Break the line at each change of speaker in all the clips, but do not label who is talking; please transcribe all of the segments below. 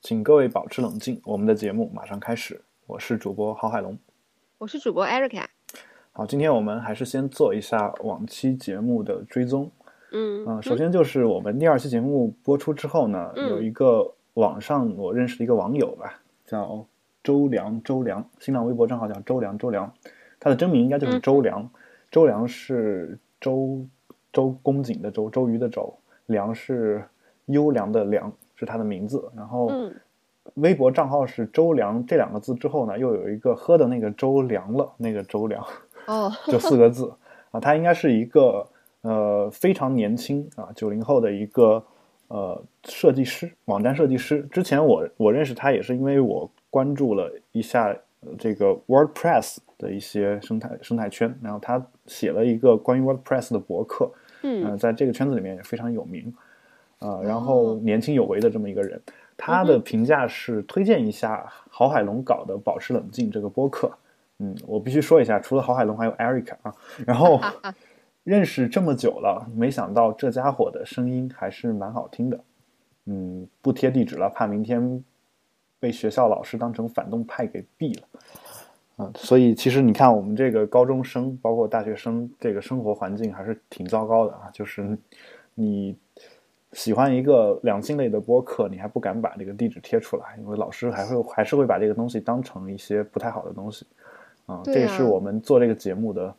请各位保持冷静，我们的节目马上开始。我是主播郝海龙，
我是主播 Erica。
好，今天我们还是先做一下往期节目的追踪。
嗯
嗯、首先就是我们第二期节目播出之后呢，
嗯
有一个网上我认识的一个网友吧，叫周良，周良，新浪微博账号叫周良，周良，他的真名应该就是
嗯
周良，周良是周周公瑾的周，周瑜的周，良是优良的良，是他的名字，然后。
嗯
微博账号是“周良”这两个字之后呢，又有一个喝的那个周凉了，那个周凉
哦，
就四个字啊。他应该是一个呃非常年轻啊，九零后的一个呃设计师，网站设计师。之前我我认识他也是因为我关注了一下呃这个 WordPress 的一些生态生态圈，然后他写了一个关于 WordPress 的博客，
嗯
呃，在这个圈子里面也非常有名，呃，然后
哦嗯
年轻有为的这么一个人，他的评价是推荐一下郝海龙搞的《保持冷静》这个播客。嗯，我必须说一下，除了郝海龙，还有 Eric 啊。然后认识这么久了，没想到这家伙的声音还是蛮好听的。嗯，不贴地址了，怕明天被学校老师当成反动派给毙了。啊，所以其实你看，我们这个高中生，包括大学生，这个生活环境还是挺糟糕的啊。就是你喜欢一个两性类的播客，你还不敢把这个地址贴出来，因为老师还会还是会把这个东西当成一些不太好的东西。啊，
对
这也
啊
是我们做这个节目的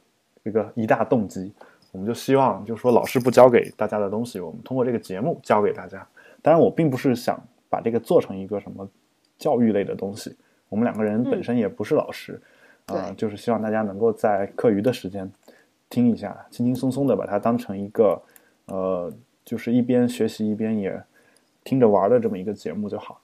这个一大动机。我们就希望，就说老师不教给大家的东西，我们通过这个节目教给大家。当然，我并不是想把这个做成一个什么教育类的东西。我们两个人本身也不是老师，啊、
对
就是希望大家能够在课余的时间听一下，轻轻松松的把它当成一个，呃，就是一边学习一边也听着玩儿的这么一个节目就好。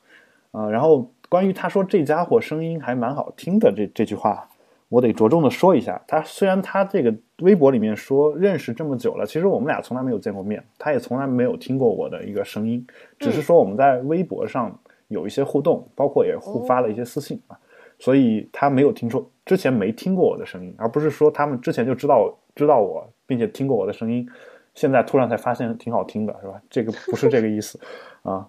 啊、然后关于他说这家伙声音还蛮好听的这这句话，我得着重的说一下。他虽然他这个微博里面说认识这么久了，其实我们俩从来没有见过面，他也从来没有听过我的一个声音，只是说我们在微博上有一些互动，包括也互发了一些私信啊，所以他没有听说之前没听过我的声音，而不是说他们之前就知道知道我，并且听过我的声音，现在突然才发现挺好听的，是吧？这个不是这个意思 啊。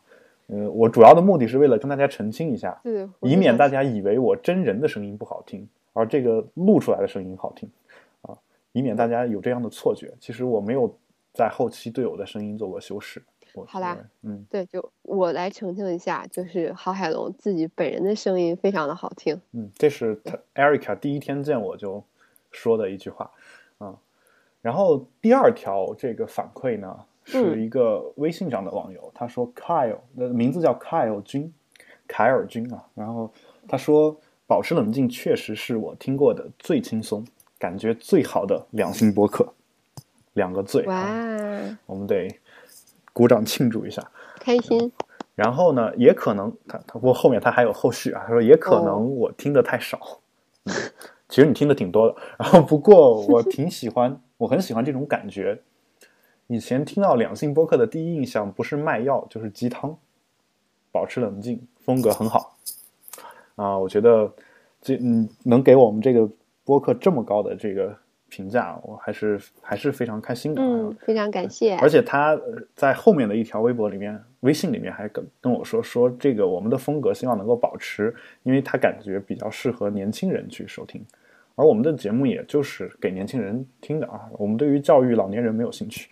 呃，我主要的目的是为了跟大家澄清一下，
对，我
以
就
免
想
大家以为我真人的声音不好听，而这个录出来的声音好听啊，以免大家有这样的错觉。其实我没有在后期对我的声音做过修饰。我
好啦，
嗯，
对，就我来澄清一下，就是郝海龙自己本人的声音非常的好听。
嗯，这是他 Erica 第一天见我就说的一句话，啊，然后第二条这个反馈呢，是一个微信上的网友，他说 Kyle 的名字叫 Kyle 君，凯尔君啊，然后他说保持冷静确实是我听过的最轻松、感觉最好的两性播客，两个最，啊，
哇，
我们得鼓掌庆祝一下。
开心！
然后呢，也可能他他不过后面他还有后续啊，他说也可
哦
能我听的太少，嗯其实你听的挺多的。然后不过我挺喜欢，我很喜欢这种感觉。以前听到两性播客的第一印象不是卖药就是鸡汤，保持冷静，风格很好啊。我觉得这嗯能给我们这个播客这么高的这个评价，我还是还是非常开心的啊。
嗯，非常感谢。
而且他呃在后面的一条微博里面、微信里面还跟跟我说说这个我们的风格希望能够保持，因为他感觉比较适合年轻人去收听，而我们的节目也就是给年轻人听的啊，我们对于教育老年人没有兴趣，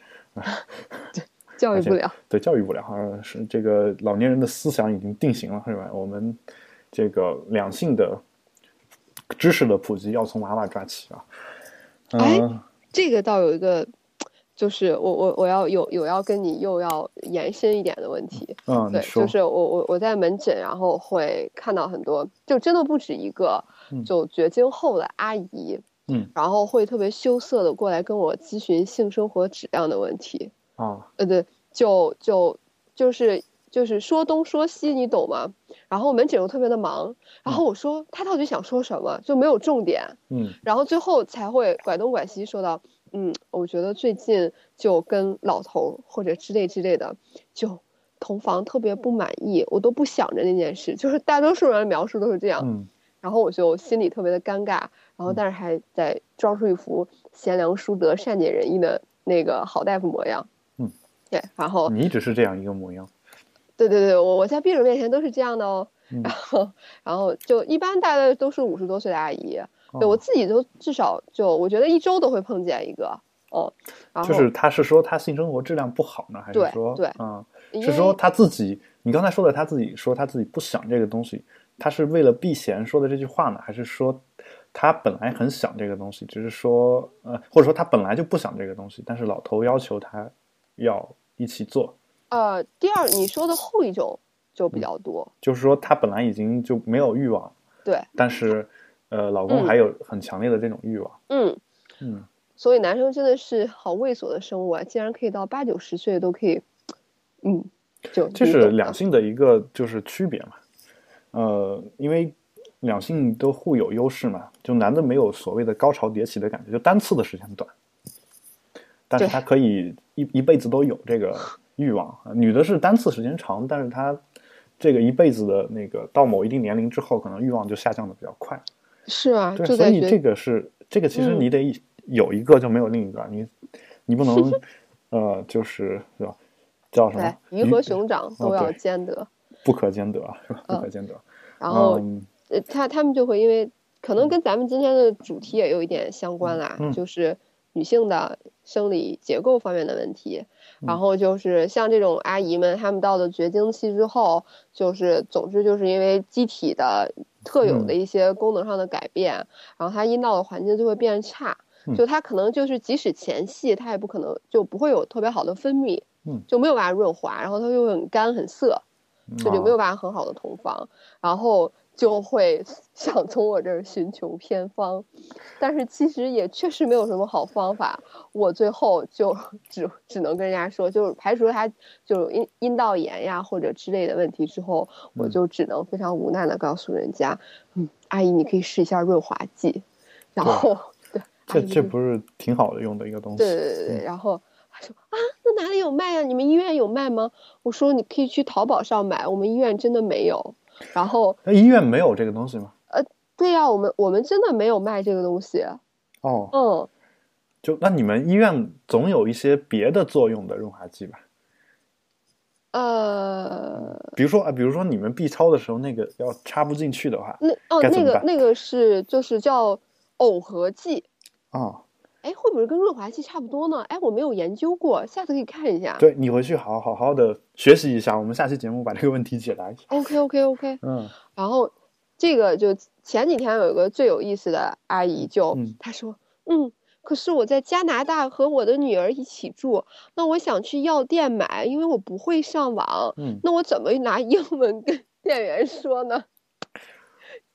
教育
而且
不了，
对教育不了，呃是这个老年人的思想已经定型了，是吧？我们这个两性的知识的普及要从娃娃抓起啊，嗯、
哎这个倒有一个，就是我我我要有有要跟你又要延伸一点的问题。
嗯，你
对，
说，
就是我我我在门诊，然后会看到很多，就真的不止一个
嗯，
就绝经后的阿姨，
嗯，
然后会特别羞涩的过来跟我咨询性生活质量的问题，
啊，
呃，对，就就就是就是说东说西，你懂吗？然后门诊又特别的忙，然后我说他到底想说什么，就没有重点，
嗯
然后最后才会拐东拐西说到，嗯，我觉得最近就跟老头儿或者之类之类的，就同房特别不满意，我都不想着那件事，就是大多数人的描述都是这样。
嗯
然后我就心里特别的尴尬，然后但是还在装出一副贤良淑德、善解人意的那个好大夫模样。
嗯，
对，然后
你一直是这样一个模样，
对对对，我我在病人面前都是这样的哦。
嗯
然后，然后就一般大概都是五十多岁的阿姨，
嗯
对我自己都至少就我觉得一周都会碰见一个，哦，然后
就是他是说他性生活质量不好呢，还是
对
说
对
嗯，
因
是说
为
他自己？你刚才说的他自己说他自己不想这个东西，他是为了避嫌说的这句话呢，还是说他本来很想这个东西，只是说呃，或者说他本来就不想这个东西，但是老头要求他要一起做，
呃，第二你说的后一种就
嗯
比较多，
就是说他本来已经就没有欲望，
对，
但是呃，老公
嗯
还有很强烈的这种欲望，
嗯，
嗯，
所以男生真的是好猥琐的生物啊，竟然可以到八九十岁都可以，嗯，就
这
你
是
懂的
两性的一个就是区别嘛，呃，因为两性都互有优势嘛，就男的没有所谓的高潮迭起的感觉，就单次的时间短，但是
对
他可以一一辈子都有这个欲望，呃女的是单次时间长，但是她这个一辈子的那个到某一定年龄之后，可能欲望就下降的比较快，
是啊，
对，
就
所
在
以
学
这个是这个，其实
嗯
你得有一个就没有另一个，你你不能 呃，就是是吧？叫什
对
么？
鱼和哎熊掌都要
哦对
兼得，
不可兼得是吧？不
嗯
可兼得。
然后
嗯
呃，他他们就会因为可能跟咱们今天的主题也有一点相关啦，
嗯
就是女性的生理结构方面的问题。然
嗯
后就是像这种阿姨们，她们到了绝经期之后，就是总之就是因为机体的特有
嗯
的一些功能上的改变，然后她阴道的环境就会变差。
嗯
就她可能就是即使前戏，她也不可能就不会有特别好的分泌，
嗯
就没有办法润滑，然后她就会很干很涩，
嗯
这
啊
就没有办法很好的同房，然后就会 想从我这儿寻求偏方，但是其实也确实没有什么好方法，我最后就 只只能跟人家说，就是排除了他就是阴阴道炎呀或者之类的问题之后，我
嗯
就只能非常无奈的告诉人家，嗯，阿姨你可以试一下润滑剂，然
对
后 对，阿
这
姨
这
就
不是挺好的用的一个东西？嗯
对对对对，然后他说啊，那哪里有卖呀、你们医院有卖吗？我说你可以去淘宝上买，我们医院真的没有。然后
那医院没有这个东西吗？
对呀、我们我们真的没有卖这个东西。
哦，
嗯，
就那你们医院总有一些别的作用的润滑剂吧？
呃，
比如说啊，比如说你们 B 超的时候那个要插不进去的话，
那哦，
该怎
那
么
个
办
那个是就是叫耦合剂，
哦，
哎，会不会跟润滑剂差不多呢？哎，我没有研究过，下次可以看一下。
对你回去好好好的学习一下，我们下期节目把这个问题解答一下。
OK OK OK，
嗯
然后这个就前几天有一个最有意思的阿姨就，
嗯
她说，嗯，可是我在加拿大和我的女儿一起住，那我想去药店买，因为我不会上网，
嗯，
那我怎么拿英文跟 店员说呢？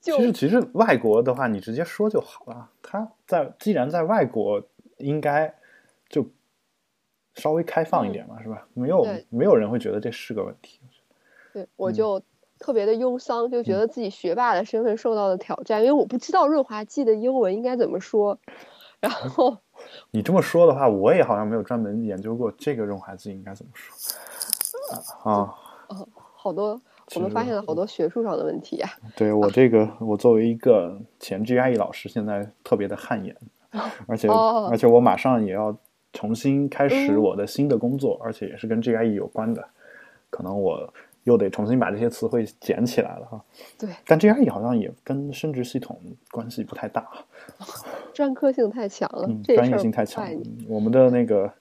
就
其实其实外国的话，你直接说就好了。他在既然在外国，应该就稍微开放一点嘛，是吧？没有
嗯对
没有人会觉得这是个问题。
对我
嗯
就特别的忧伤，就觉得自己学霸的身份受到了挑战，因为我不知道润滑剂的英文应该怎么说，然后。
你这么说的话，我也好像没有专门研究过这个润滑剂应该怎么说啊。啊
好多，我们
其
发
实嗯
现了好多学术上的问题啊呀、
对我这个，我作为一个前 GRE 老师，现在特别的汗颜，而且、
哦
而且我马上也要重新开始
嗯
我的新的工作，而且也是跟 GRE 有关的，可能我又得重新把这些词汇捡起来了哈。
对，
但 GRE 好像也跟生殖系统关系不太大，
专科性太强了，
嗯，
这
专
事
业
儿
性
不
太强
怪
了
你。
我们的那个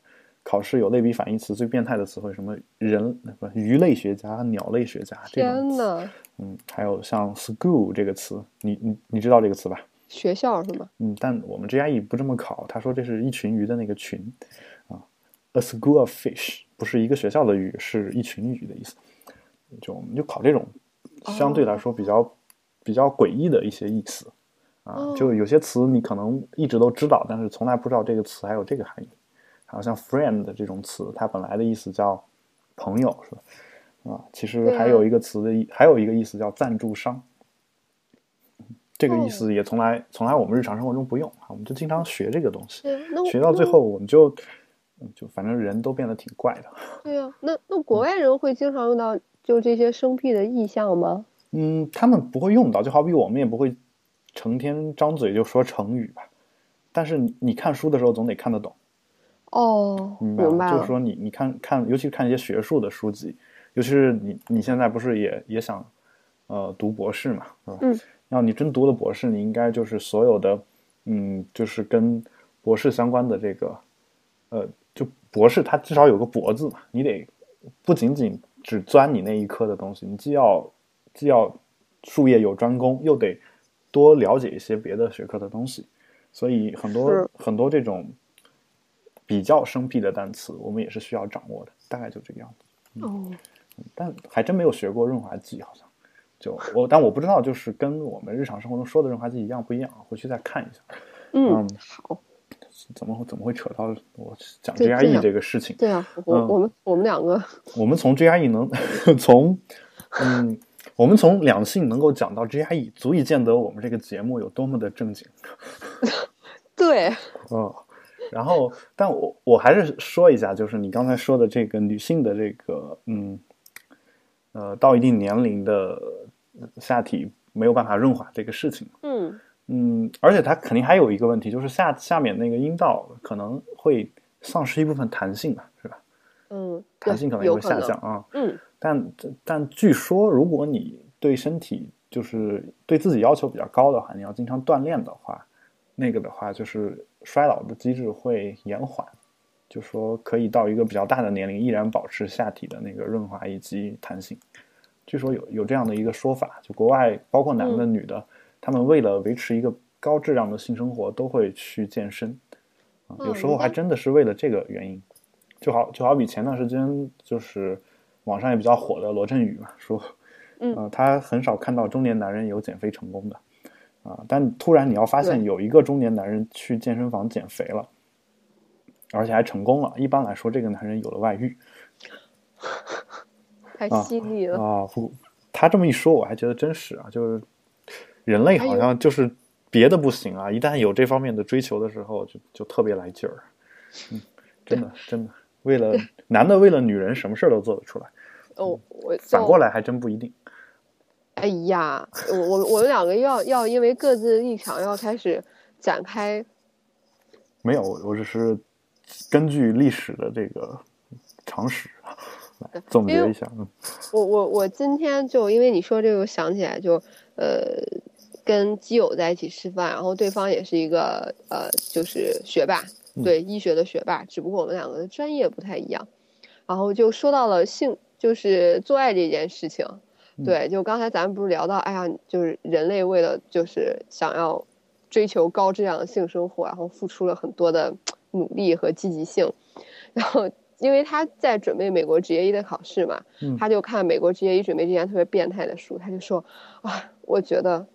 考试有类比反义词，最变态的词汇什么人不鱼类学家、鸟类学家这种
天
词，
呐，
嗯，还有像 school 这个词，你你你知道这个词吧？
学校是吗？
嗯，但我们 GRE 不这么考，他说这是一群鱼的那个群啊，a school of fish 不是一个学校的鱼，是一群鱼的意思。就我们就考这种
哦
相对来说比较、比较诡异的一些意思啊，
哦
就有些词你可能一直都知道，但是从来不知道这个词还有这个含义。还有像 friend 这种词，它本来的意思叫朋友，是吧？啊，其实
对啊
还有一个词的意，还有一个意思叫赞助商。这个意思也从来从来我们日常生活中不用啊，我们就经常学这个东西，
对呀，那我
学到最
那
后我们就嗯就反正人都变得挺怪的。
对呀，那
嗯
那国外人会经常用到就这些生僻的意象吗？
嗯，他们不会用到，就好比我们也不会成天张嘴就说成语吧。但是你你看书的时候总得看得懂，
哦，
明白
明
吗？就是
了，
说你你看看，尤其是看一些学术的书籍，尤其是你你现在不是也也想呃读博士嘛，嗯，
嗯
要你真读了博士，你应该就是所有的嗯，就是跟博士相关的这个呃，就博士它至少有个博字嘛，你得不仅仅只钻你那一科的东西，你既要既要术业有专攻，又得多了解一些别的学科的东西。所以很多
是
很多这种比较生僻的单词，我们也是需要掌握的，大概就这个样子。
哦，
但还真没有学过润滑剂，好像就我，但我不知道就是跟我们日常生活中说的润滑剂一样不一样，回去再看一下。
嗯
嗯，
好，
怎么会怎么会扯到我讲
对这
GRE
样
这个事情？
对啊，我、
嗯
我们我们两个，
我们从 GRE 能 从嗯，我们从两性能够讲到 GRE，足以见得我们这个节目有多么的正经。
对，
嗯，然后，但我我还是说一下，就是你刚才说的这个女性的这个，嗯，呃，到一定年龄的呃下体没有办法润滑这个事情，
嗯，
嗯，而且它肯定还有一个问题，就是下下面那个阴道可能会丧失一部分弹性吧，是吧？
嗯，
弹性可能也
有
会下降，啊。
嗯，
但但据说，如果你对身体就是对自己要求比较高的话，你要经常锻炼的话，那个的话就是衰老的机制会延缓，就说可以到一个比较大的年龄依然保持下体的那个润滑以及弹性。据说有有这样的一个说法，就国外包括男的、女的，他们为了维持一个高质量的性生活，都会去健身。啊
嗯
有时候还真的是为了这个原因，就好就好比前段时间就是网上也比较火的罗振宇嘛，说，
嗯
呃他很少看到中年男人有减肥成功的，啊、但突然你要发现
对
有一个中年男人去健身房减肥了，而且还成功了，一般来说这个男人有了外遇
太
啊
犀利了，
啊，不，他这么一说我还觉得真是啊，就是人类好
还有
像就是别的不行啊，一旦有这方面的追求的时候就就特别来劲儿，嗯，真的真的，为了男的为了女人什么事儿都做得出来，
哦，我
嗯反
就
过来还真不一定。
哎呀，我我我们两个要要因为各自的立场要开始展开，
没有，我只是根据历史的这个常识来总结一下。嗯
我我我今天就因为你说这个，我想起来就呃，跟基友在一起吃饭，然后对方也是一个呃，就是学霸，对医学的学霸，只不过我们两个的专业不太一样，然后就说到了性，就是做爱这件事情，
嗯
对，就刚才咱们不是聊到，哎呀，就是人类为了就是想要追求高质量的性生活，然后付出了很多的努力和积极性，然后因为他在准备美国职业医的考试嘛，
嗯
他就看美国职业医准备这件特别变态的书，他就说啊，我觉得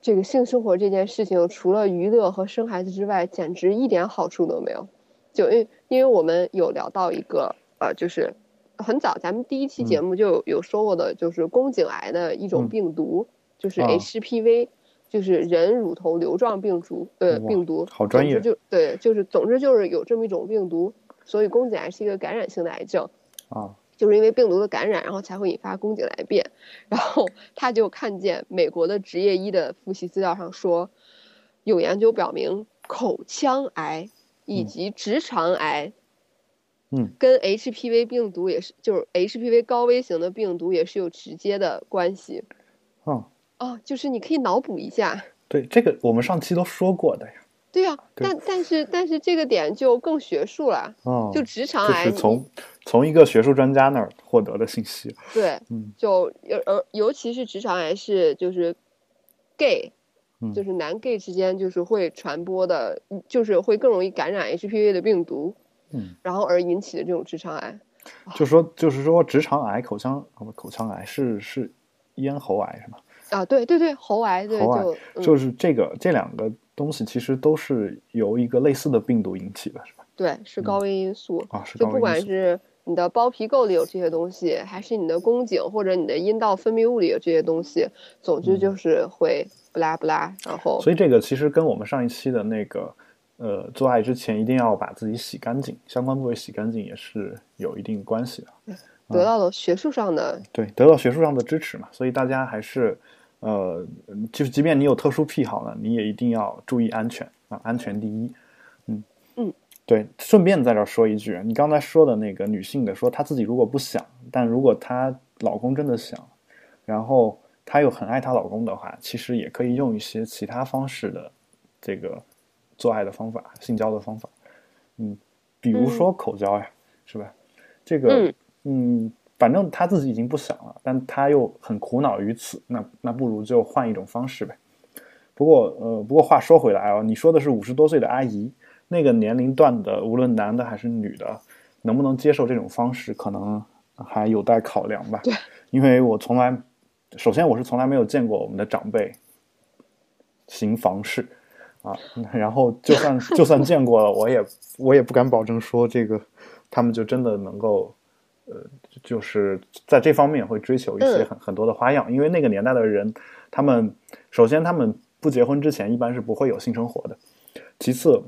这个性生活这件事情，除了娱乐和生孩子之外，简直一点好处都没有。就因为因为我们有聊到一个呃，就是很早咱们第一期节目就有有说过的，就是宫颈癌的一
嗯
种病毒，就是
啊
HPV，、就是人乳头瘤状病毒呃
哇
病毒，
好专
总之
业
就对，就是总之就是有这么一种病毒，所以宫颈癌是一个感染性的癌症。
啊，
就是因为病毒的感染，然后才会引发宫颈癌变。然后他就看见美国的职业医的复习资料上说，有研究表明，口腔癌以及直肠癌，
嗯，
跟 HPV 病毒也是，就是 HPV 高危型的病毒也是有直接的关系。
啊，
哦，就是你可以脑补一下，
对，这个我们上期都说过的呀。
对呀、
对
但但是但是这个点就更学术了，
哦，
就直肠
这
癌，
是从从一个学术专家那儿获得的信息。
对，
嗯
就尤尤尤其是直肠癌是就是 gay，、
嗯
就是男 gay 之间就是会传播的，嗯就是会更容易感染 HPV 的病毒，
嗯，
然后而引起的这种直肠癌。
就说就是说直肠癌、口腔啊不口腔癌是是咽喉癌是吗？
啊，对对对，喉癌对
喉癌
就、嗯、
就是这个这两个东西其实都是由一个类似的病毒引起的，是吧？
对是高危因素，
啊，是
就
高
不
危因
管
素
是你的包皮垢里有这些东西，还是你的宫颈或者你的阴道分泌物里有这些东西，总之就是会不拉不拉，然后
嗯所以这个其实跟我们上一期的那个，呃，做爱之前一定要把自己洗干净，相关部位洗干净也是有一定关系的。啊
得到了学术上的
对，得到学术上的支持嘛，所以大家还是，呃，就是即便你有特殊癖好呢，你也一定要注意安全啊，安全第一。嗯
嗯，
对，顺便在这儿说一句，你刚才说的那个女性的，说她自己如果不想，但如果她老公真的想，然后她又很爱她老公的话，其实也可以用一些其他方式的这个做爱的方法、性交的方法，嗯，比如说口交呀，是吧？这个
嗯，
嗯，反正她自己已经不想了，但她又很苦恼于此，那那不如就换一种方式呗。不过，呃，不过话说回来啊，你说的是五十多岁的阿姨，那个年龄段的，无论男的还是女的，能不能接受这种方式，可能还有待考量吧。
对，
因为我从来，首先我是从来没有见过我们的长辈行房事啊，然后就算就算见过了，我也我也不敢保证说这个他们就真的能够。呃，就是在这方面会追求一些
嗯
很很多的花样，因为那个年代的人，他们首先他们不结婚之前一般是不会有性生活的，其次，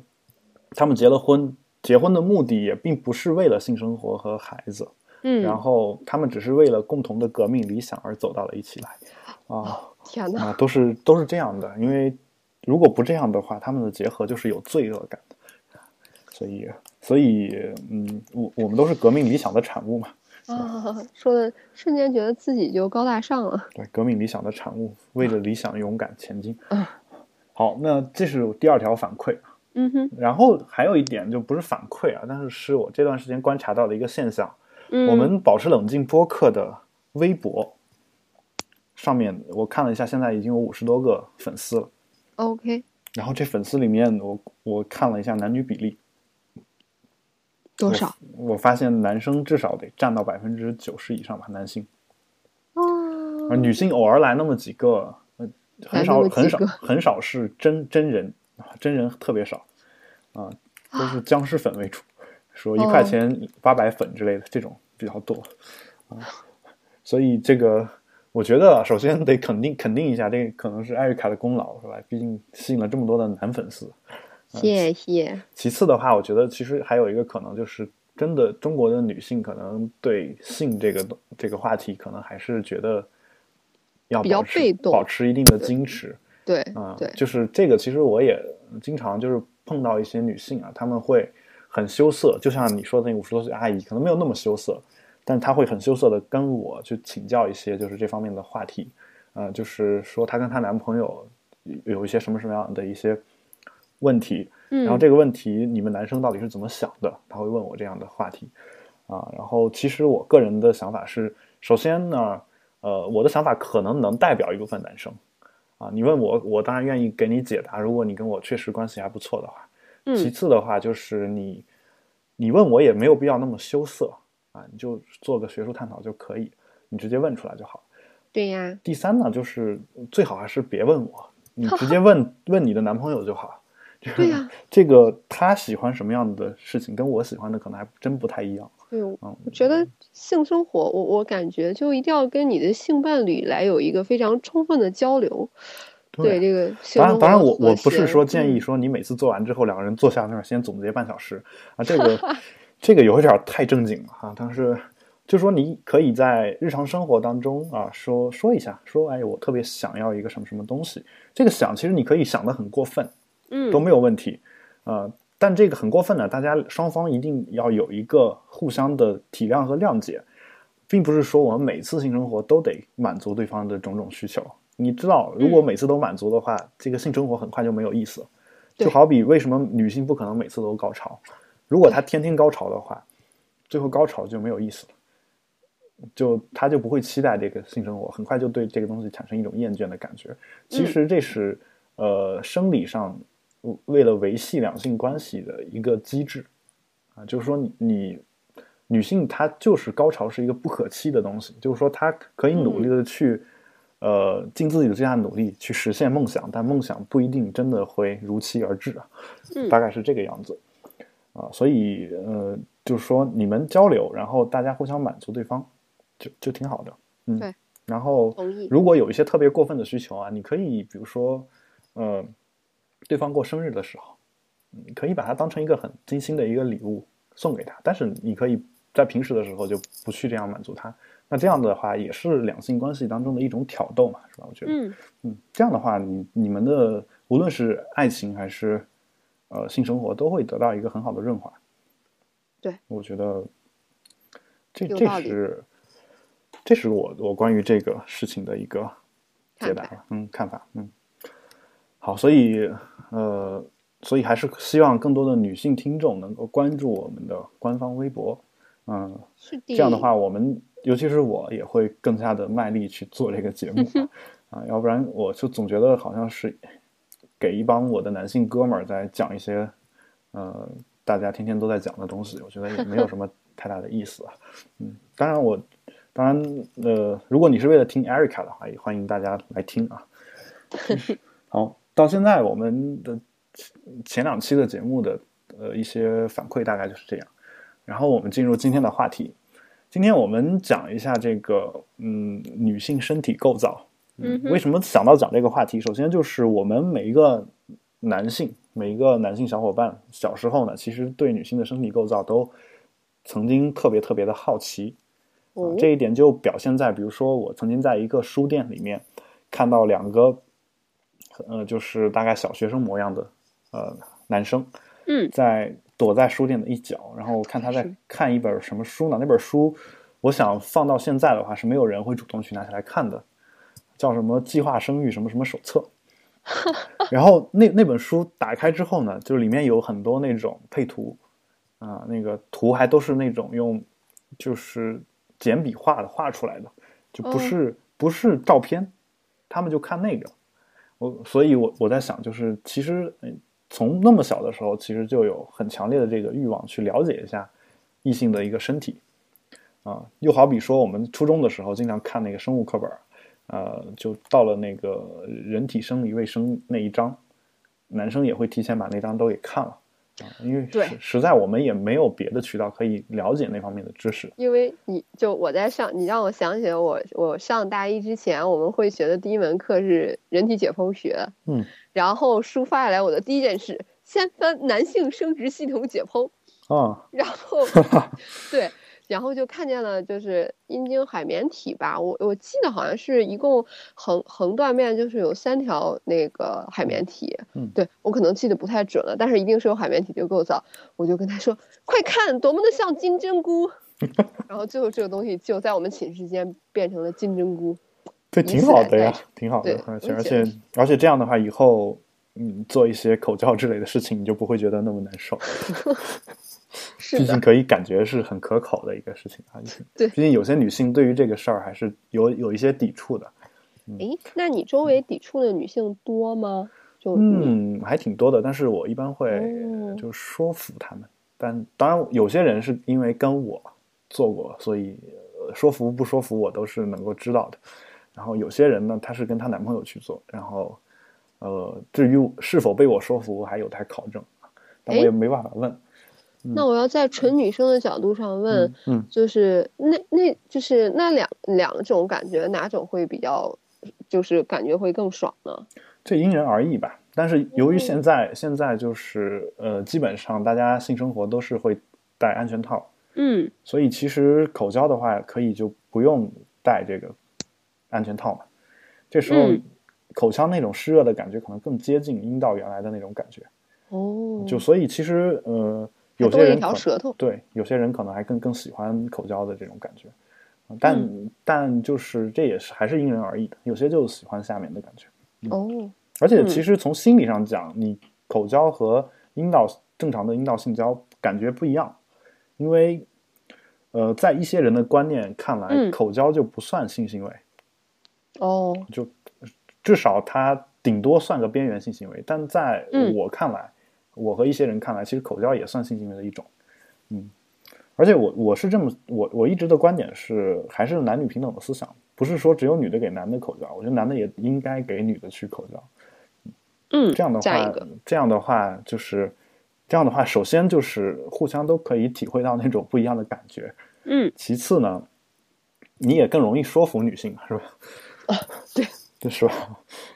他们结了婚，结婚的目的也并不是为了性生活和孩子，然
嗯，
后他们只是为了共同的革命理想而走到了一起来，啊
天哪，
啊，都是都是这样的，因为如果不这样的话，他们的结合就是有罪恶感的，所以所以嗯，我我们都是革命理想的产物嘛，
啊，说的瞬间觉得自己就高大上了。
对，革命理想的产物，为了理想勇敢前进
嗯。
好，那这是第二条反馈，
嗯哼，
然后还有一点就不是反馈啊，但是是我这段时间观察到的一个现象。
嗯，
我们保持冷静播客的微博上面，我看了一下，现在已经有五十多个粉丝了。
OK
然后这粉丝里面我，我看了一下男女比例，
多少啊？
我？我发现男生至少得占到百分之九十以上吧，男性，
哦
而女性偶尔来那么几个，呃、很少
来那么几
很少
个
很少是真真人，啊真人特别少，啊、都是僵尸粉为主，说一
哦
块钱八百粉之类的这种比较多，啊、所以这个我觉得啊首先得肯定肯定一下，这个可能是艾瑞卡的功劳是吧？毕竟吸引了这么多的男粉丝。
谢谢。
其次的话，我觉得其实还有一个可能就是，真的中国的女性可能对性这个这个话题，可能还是觉得要
比较
保持
被动
保持一定的矜持
对
啊、
对，
就是这个，其实我也经常就是碰到一些女性啊，她们会很羞涩，就像你说的那五十多岁阿姨，可能没有那么羞涩，但她会很羞涩的跟我去请教一些就是这方面的话题，啊，就是说她跟她男朋友有一些什么什么样的一些问题，
嗯，
然后这个问题你们男生到底是怎么想的？他会问我这样的话题，啊，然后其实我个人的想法是，首先呢，呃，我的想法可能能代表一部分男生，啊，你问我，我当然愿意给你解答，如果你跟我确实关系还不错的话。其
嗯
次的话就是你，你问我也没有必要那么羞涩啊，你就做个学术探讨就可以，你直接问出来就好。
对呀，
第三呢，就是最好还是别问我，你直接问问你的男朋友就好。
对呀，
这个他喜欢什么样的事情，跟我喜欢的可能还真不太一样。
对，我
嗯，
觉得性生活，我我感觉就一定要跟你的性伴侣来有一个非常充分的交流。对这个性
当
生活
然，当然我，
和
我不是
谐
说建议
嗯
说你每次做完之后，两个人坐下那儿先总结半小时啊，这个 这个有一点儿太正经了哈、但是就说你可以在日常生活当中啊，说说一下，说哎，我特别想要一个什么什么东西。这个想，其实你可以想的很过分，都
嗯，
没有问题，呃，但这个很过分啊呢，大家双方一定要有一个互相的体谅和谅解，并不是说我们每次性生活都得满足对方的种种需求。你知道，如
嗯
果每次都满足的话，这个性生活很快就没有意思了。
对
就好比为什么女性不可能每次都高潮，如果她天天高潮的话，最后高潮就没有意思了，就她就不会期待这个性生活，很快就对这个东西产生一种厌倦的感觉。其实这是、呃生理上呃为了维系两性关系的一个机制啊，就是说你你女性她就是高潮是一个不可期的东西，就是说她可以努力的去、呃尽自己的最大努力去实现梦想，但梦想不一定真的会如期而至啊，
嗯
大概是这个样子啊，所以呃就是说你们交流，然后大家互相满足对方，就就挺好的，嗯，
对，
然后
同意
如果有一些特别过分的需求啊，你可以比如说，呃，对方过生日的时候，你可以把它当成一个很精心的一个礼物送给他，但是你可以在平时的时候就不去这样满足他。那这样的话也是两性关系当中的一种挑逗嘛，是吧？我觉得，
嗯
嗯，这样的话，你你们的无论是爱情还是呃性生活都会得到一个很好的润滑。
对，
我觉得这
有
这
道理
是这是我我关于这个事情的一个解
看
答
法。
嗯，看法，嗯，好，所以呃，所以还是希望更多的女性听众能够关注我们的官方微博，嗯，
是的。
这样的，话，我们尤其是我也会更加的卖力去做这个节目啊，要不然我就总觉得好像是给一帮我的男性哥们儿在讲一些呃大家天天都在讲的东西，我觉得也没有什么太大的意思啊。嗯，当然我当然呃，如果你是为了听 Erica 的话，也欢迎大家来听啊。好，到现在我们的前两期的节目的呃一些反馈大概就是这样，然后我们进入今天的话题。今天我们讲一下这个，嗯，女性身体构造。
嗯哼
为什么想到讲这个话题？首先就是我们每一个男性，每一个男性小伙伴，小时候呢，其实对女性的身体构造都曾经特别特别的好奇。啊
哦，
这一点就表现在，比如说我曾经在一个书店里面看到两个，呃，就是大概小学生模样的呃男生，
嗯
在躲在书店的一角，然后看他在
是
看一本什么书呢？那本书，我想放到现在的话是没有人会主动去拿起来看的，叫什么《计划生育什么什么手 册》。然后那那本书打开之后呢，就是里面有很多那种配图，啊、那个图还都是那种用就是简笔画的画出来的，就不
哦
是、不是照片，他们就看那个。我所以我，我在想，就是其实嗯从那么小的时候，其实就有很强烈的这个欲望去了解一下异性的一个身体啊、又好比说我们初中的时候经常看那个生物课本儿，呃，就到了那个人体生理卫生那一章，男生也会提前把那章都给看了。啊，因为
对
实实在我们也没有别的渠道可以了解那方面的知识，
因为你就我在上，你让我想起了我我上大一之前，我们会学的第一门课是人体解剖学，
嗯，
然后书发下来，我的第一件事先翻男性生殖系统解剖，
啊，
然后 对，然后就看见了就是阴茎海绵体吧，我我记得好像是一共横横断面就是有三条那个海绵体，
嗯
对我可能记得不太准了，但是一定是有海绵体这个构造，我就跟他说快看，多么的像金针菇，然后最后这个东西就在我们寝室间变成了金针菇，
这
以
挺
此
好
来
的呀
代替，
挺好的
对，
而且
我
而
觉得
且而且这样的话，以后嗯做一些口交之类的事情，你就不会觉得那么难受，
是
毕
的
竟，可以感觉是很可口的一个事情啊。
对
毕竟有些女性对于这个事儿还是有有一些抵触的，
诶，那你周围抵触的女性多吗？就你
嗯，还挺多的，但是我一般会
哦
就说服他们，但当然有些人是因为跟我做过，所以呃说服不说服我都是能够知道的。然后有些人呢，她是跟她男朋友去做，然后呃，至于是否被我说服，还有待考证，但我
诶
也没办法问。
那我要在纯女生的角度上问。
嗯嗯，
就是那那就是那两两种感觉，哪种会比较，就是感觉会更爽呢？
这因人而异吧。但是由于
嗯
现在、现在就是呃，基本上大家性生活都是会戴安全套，
嗯，
所以其实口交的话，可以就不用戴这个安全套嘛。这时候
嗯
口腔那种湿热的感觉，可能更接近阴道原来的那种感觉。
哦，
就所以其实呃，有些
还多了
人
一
可
条舌头，
对有些人可能还更更喜欢口交的这种感觉，啊但、
嗯
但就是这也是还是因人而异的，有些就喜欢下面的感觉。
哦，
而且
嗯
其实从心理上讲，你口交和阴道正常的阴道性交感觉不一样，因为呃，在一些人的观念看来，
嗯
口交就不算性行为，
哦，
就至少它顶多算个边缘性行为。但在
嗯
我看来，我和一些人看来，其实口交也算性行为的一种。嗯，而且我我是这么我我一直的观点是，还是男女平等的思想，不是说只有女的给男的口交，我觉得男的也应该给女的去口交。
嗯，
这样的
下一
话
个，，
这样的话就是，这样的话，首先就是互相都可以体会到那种不一样的感觉。
嗯，
其次呢，你也更容易说服女性，是吧？
啊对，
对，是吧？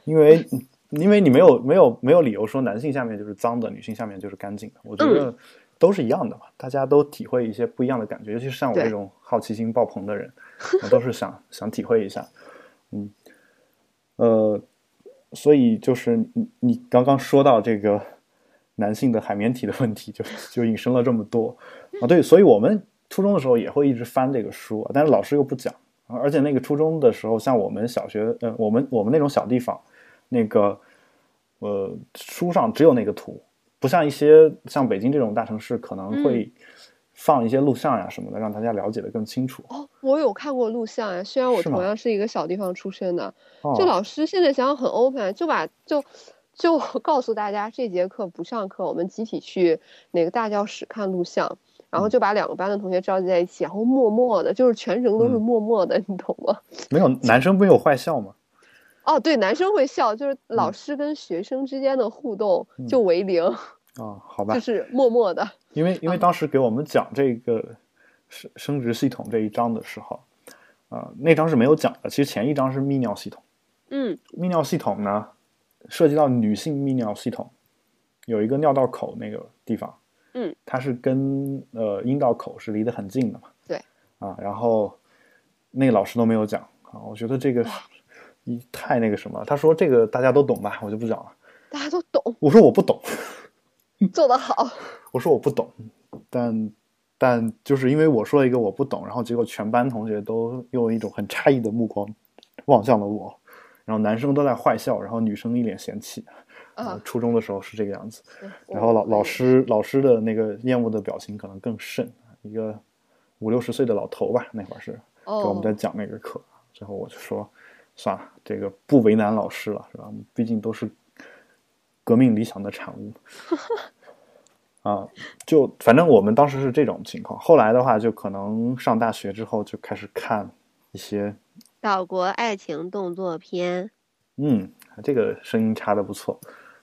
因为因为你没有没有没有理由说男性下面就是脏的，女性下面就是干净的。我觉
嗯
得都是一样的嘛，大家都体会一些不一样的感觉，尤其是像我
对
这种好奇心爆棚的人，我都是想想体会一下。嗯，呃，所以就是你你刚刚说到这个男性的海绵体的问题就就引申了这么多啊。对，所以我们初中的时候也会一直翻这个书，但是老师又不讲。啊而且那个初中的时候，像我们小学，呃，我们我们那种小地方，那个呃书上只有那个图，不像一些像北京这种大城市可
嗯
能会放一些录像呀、什么的，让大家了解的更清楚。
哦，我有看过录像呀，虽然我
是吗
同样是一个小地方出身的，
哦
就老师现在想想很 open，就把就就告诉大家这节课不上课，我们集体去哪个大教室看录像，然
嗯
后就把两个班的同学召集在一起，然后默默的，就是全程都是
嗯
默默的，你懂吗？
没
嗯
有男生不有坏笑吗？
哦，对，男生会笑，就是老
嗯
师跟学生之间的互动
嗯
就为零，
啊、好吧
就，是嗯默默的。
因为因为当时给我们讲这个生生殖系统这一章的时候，啊、那章是没有讲的。其实前一章是泌尿系统，
嗯
泌尿系统呢涉及到女性泌尿系统，有一个尿道口那个地方，
嗯，
它是跟呃阴道口是离得很近的嘛，
对，
啊，然后那个老师都没有讲啊，我觉得这个是一太那个什么了，他说这个大家都懂吧，我就不讲了。
大家都懂，
我说我不懂，
做得好。
我说我不懂，但但就是因为我说了一个我不懂，然后结果全班同学都用一种很诧异的目光望向了我，然后男生都在坏笑，然后女生一脸嫌弃。
啊，
初中的时候是这个样子，
嗯
然后老
我
老师老师的那个厌恶的表情可能更甚，一个五六十岁的老头吧，那会儿是给我们在
哦，
讲那个课，最后我就说算了，这个不为难老师了，是吧？我们毕竟都是革命理想的产物。啊，就反正我们当时是这种情况，后来的话就可能上大学之后就开始看一些，
岛国爱情动作片，
嗯，这个声音插的不错，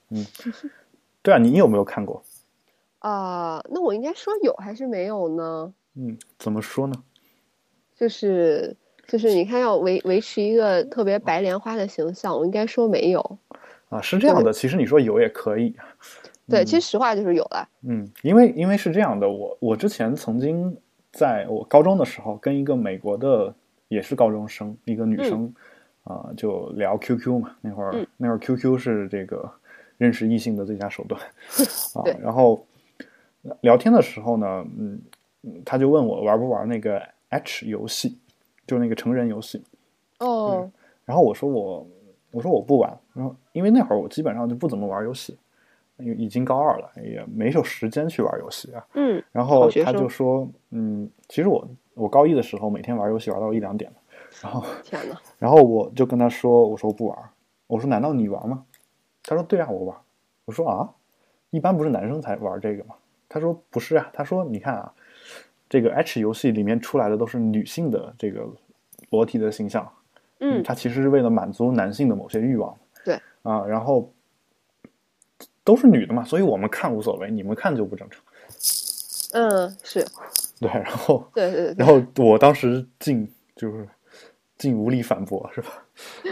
嗯，对啊，你有没有看过？
啊，那我应该说有还是没有呢？
嗯，怎么说呢？
就是就是，你看要维维持一个特别白莲花的形象，我应该说没有。
啊，是这样的，其实你说有也可以，
对，
嗯
其实实话就是有了。
嗯，因为因为是这样的，我我之前曾经在我高中的时候，跟一个美国的也是高中生，一个女生，啊、就聊 QQ 嘛，那会儿、
嗯
那会儿 QQ 是这个认识异性的最佳手段啊
对。
然后聊天的时候呢，嗯，嗯他就问我玩不玩那个 H 游戏，就那个成人游戏。
哦，
然后我说我我说我不玩，然后因为那会儿我基本上就不怎么玩游戏，因为已经高二了，也没有时间去玩游戏啊。
嗯，
然
好
后
学
他就
生
说，嗯，其实我我高一的时候每天玩游戏玩到一两点，然后
嗯
天哪，
然后我就跟他说，我说不玩，我说难道你玩吗？他说对啊，我玩。我说啊，一般不是男生才玩这个吗？他说不是啊，他说你看啊，这个 H 游戏里面出来的都是女性的这个裸体的形象，
嗯，
它其实是为了满足男性的某些欲望。
对
啊，然后都是女的嘛，所以我们看无所谓，你们看就不正常。
嗯，是
对，然后
对对对
然后我当时竟就是竟无力反驳，是吧？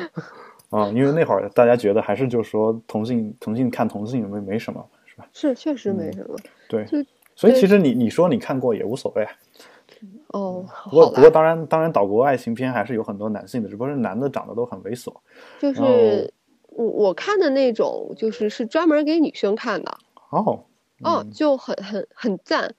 啊，因为那会儿大家觉得还是就是说同性同性看同性没没什么，是吧？
是确实没
嗯
什么。
对
就，
所以其实你你说你看过也无所谓啊。嗯
哦，
不
好
过不
吧
过当然当然岛国爱情片还是有很多男性的，只不过是男的长得都很猥琐
就
然后
是我我看的那种，就是是专门给女生看的，
哦。
哦，
嗯
就很很很赞。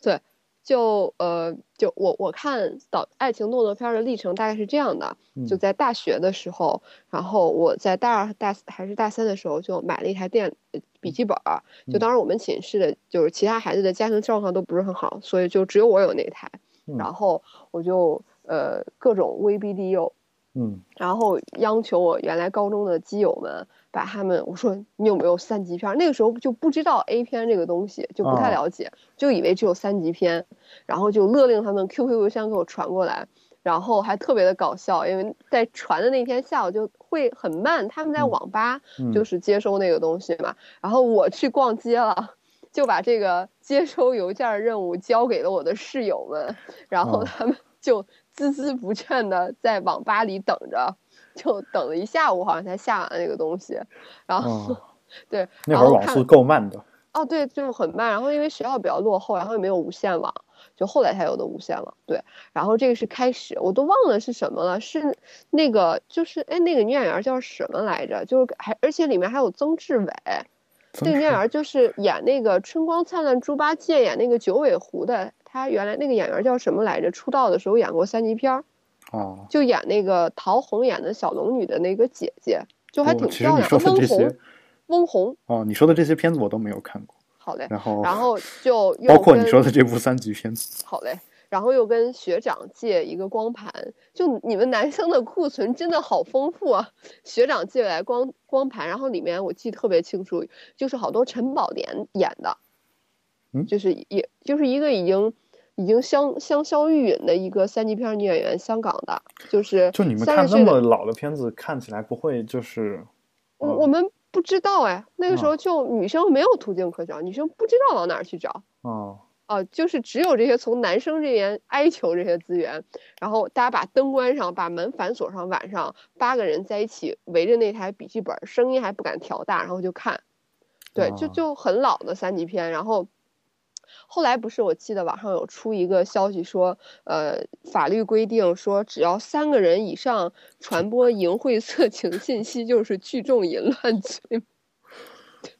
对，就呃，就我我看导爱情动作片儿的历程大概是这样的，就
嗯
在大学的时候，然后我在大二、大四还是大三的时候就买了一台电呃笔记本儿，
嗯
就当时我们寝室的，就是其他孩子的家庭状况都不是很好，所以就只有我有那台，
嗯
然后我就呃各种威逼利诱，
嗯
然后央求我原来高中的基友们把他们，我说你有没有三级片儿？那个时候就不知道 A 片这个东西，就不太了解，就以为只有三级片，然后就勒令他们 QQ 邮箱给我传过来，然后还特别的搞笑，因为在传的那天下午就会很慢，他们在
嗯
网吧
嗯
就是接收那个东西嘛，然后我去逛街了。就把这个 接收邮件任务交给了我的室友们，然后
哦
他们 就孜孜不倦的在网吧里等着，就等了一下午，好像才下完那个东西。然后、
哦
对，
那
然
会儿
后
网
看
速够慢的，
哦，对，就很慢。然后因为学校比较落后，然后也没有无线网，就后来才有的无线网。对，然后这个是开始，我都忘了是什么了，是那个就是哎，那个女演员叫什么来着？就是还而且里面还有曾志伟，
分
对面
开
儿就是演那个《春光灿烂猪八戒》演那个九尾狐的，他原来那个演员叫什么来着？出道的时候演过三级片儿，
啊。
就演那个陶虹演的小龙女的那个姐姐，就还
我
挺
哦其实
漂
你
亮
说
的。
的
翁
这些
虹，翁虹，
哦，你说的这些片子我都没有看过，
好嘞。
然后
然后就又
哦包括你
跟
说的这部三级片子，
好嘞，然后又跟学长借一个光盘，就你们男生的库存真的好丰富啊！学长借来光光盘，然后里面我记得特别清楚，就是好多陈宝莲演的，
嗯
就是也就是一个已经已经香香消玉殒的一个三级片女演员，香港的，就是
就你们
三
看那
十岁
么嗯
的，
老的片子，看起来不会就是
我我们不知道哎，那个时候
啊
就女生没有途径可找，女生不知道往哪儿去找。
哦，
啊，就是只有这些从男生这边哀求这些资源，然后大家把灯关上，把门反锁上，晚上八个人在一起围着那台笔记本儿，声音还不敢调大，然后就看，对，就
啊
就很老的三级片。然后后来不是我记得网上有出一个消息说，呃，法律规定说只要三个人以上传播淫秽色情信息，就是聚众淫乱罪。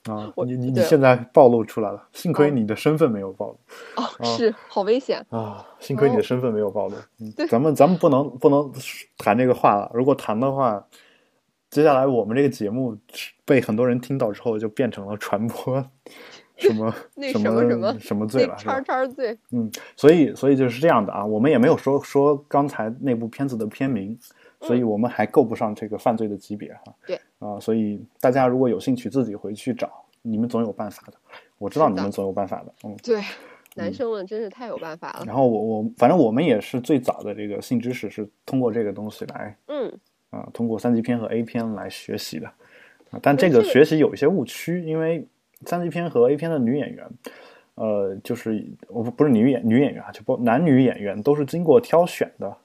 啊，
我
你你你
对
现在暴露出来了，幸亏
哦
你的身份没有暴露
哦，
啊
是好危险。
啊，幸亏你的
哦
身份没有 暴露。嗯
对
咱们咱们不能不能谈这个话了，如果谈的话，接下来我们这个节目被很多人听到之后，就变成了传播 什么
那
什
什么什么
什么罪
那
了，是吧
叉？叉罪，
嗯，所以所以就是这样的啊，我们也没有说说刚才那部片子的片名，所以我们还够不上这个犯罪的级别哈。
嗯对
啊、所以大家如果有兴趣，自己回去找，你们总有办法的。我知道
是
你
的
们总有办法的，嗯。
对，
嗯
男生们真是太有办法了。
然后我我反正我们也是最早的这个性知识是通过这个东西来
嗯，
啊、通过三级片和 A 片来学习的啊、但这
对
个
这个
学习有一些误区，因为三级片和 A 片的女演员，呃，就是我不不是女演女演员啊，就不男女演员都是经过挑选的，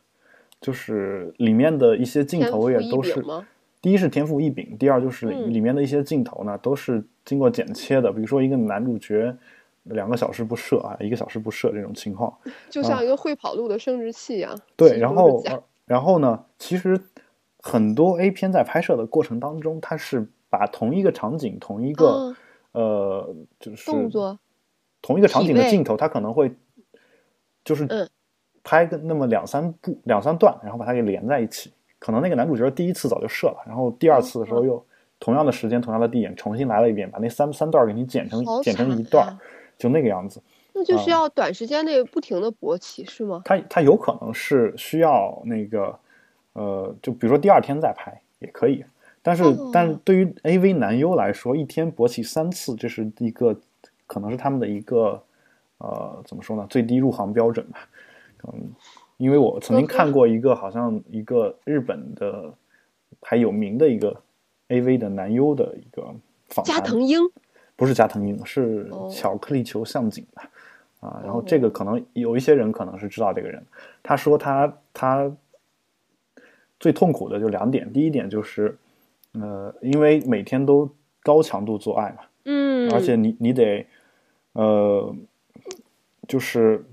就是里面的一些镜
天
头
赋
也
异
都
禀
是
吗？
第一是天赋异禀，第二就是里
嗯
里面的一些镜头呢都是经过剪切的，比如说一个男主角两个小时不射啊，一个小时不射这种情况。
就像一个会跑路的生殖器一样。其
啊对，
实
然
都是
后
假
呃然后呢，其实很多 A 片在拍摄的过程当中，它是把同一个场景、同一个、
嗯
呃，就是
动作，
同一个场景的
体位
镜头，它可能会就是
嗯
拍个那么两三部、两三段，然后把它给连在一起。可能那个男主角第一次早就射了，然后第二次的时
嗯
候又同样的时间、同样的地点重新来了一遍，把那三三段给你剪成
好
剪成
惨
一段儿
啊，
就那个样子。
那就
啊
是要短时间内不停的勃起，是吗？
它它有可能是需要那个，呃，就比如说第二天再拍也可以，但是、
哦
但是对于 AV 男优来说，一天勃起三次，这是一个可能是他们的一个呃怎么说呢，最低入行标准吧。嗯，因为我曾经看过一个好像一个日本的还有名的一个 AV 的男优的一个访
加
谈，
藤鹰，
不是加藤鹰，是
哦
巧克力球向井吧？啊，然后
哦
这个可能有一些人可能是知道这个人，他说他他最痛苦的就两点，第一点就是，呃，因为每天都高强度做爱嘛，
嗯，
而且你你得，呃，就是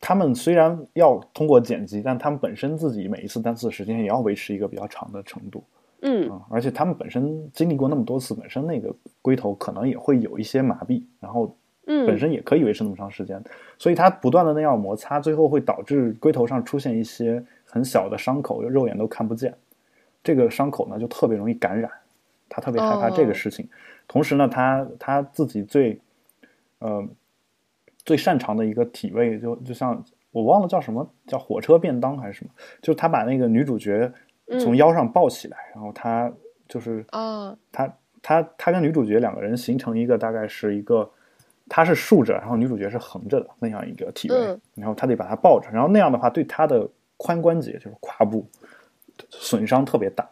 他们虽然要通过剪辑，但他们本身自己每一次单次的时间也要维持一个比较长的程度，
嗯，
啊，而且他们本身经历过那么多次，本身那个龟头可能也会有一些麻痹，然后
嗯
本身也可以维持那么长时间，所以它不断的那样摩擦，最后会导致龟头上出现一些很小的伤口，肉眼都看不见。这个伤口呢，就特别容易感染，他特别害怕这个
哦
事情。同时呢，他他自己最，呃，最擅长的一个体位，就就像我忘了叫什么，叫火车便当还是什么，就是他把那个女主角从
嗯
腰上抱起来，然后他就是
啊，
他他他跟女主角两个人形成一个大概是一个，他是竖着，然后女主角是横着的那样一个体位，
嗯
然后他得把她抱着，然后那样的话对她的髋关节就是胯部损伤特别大，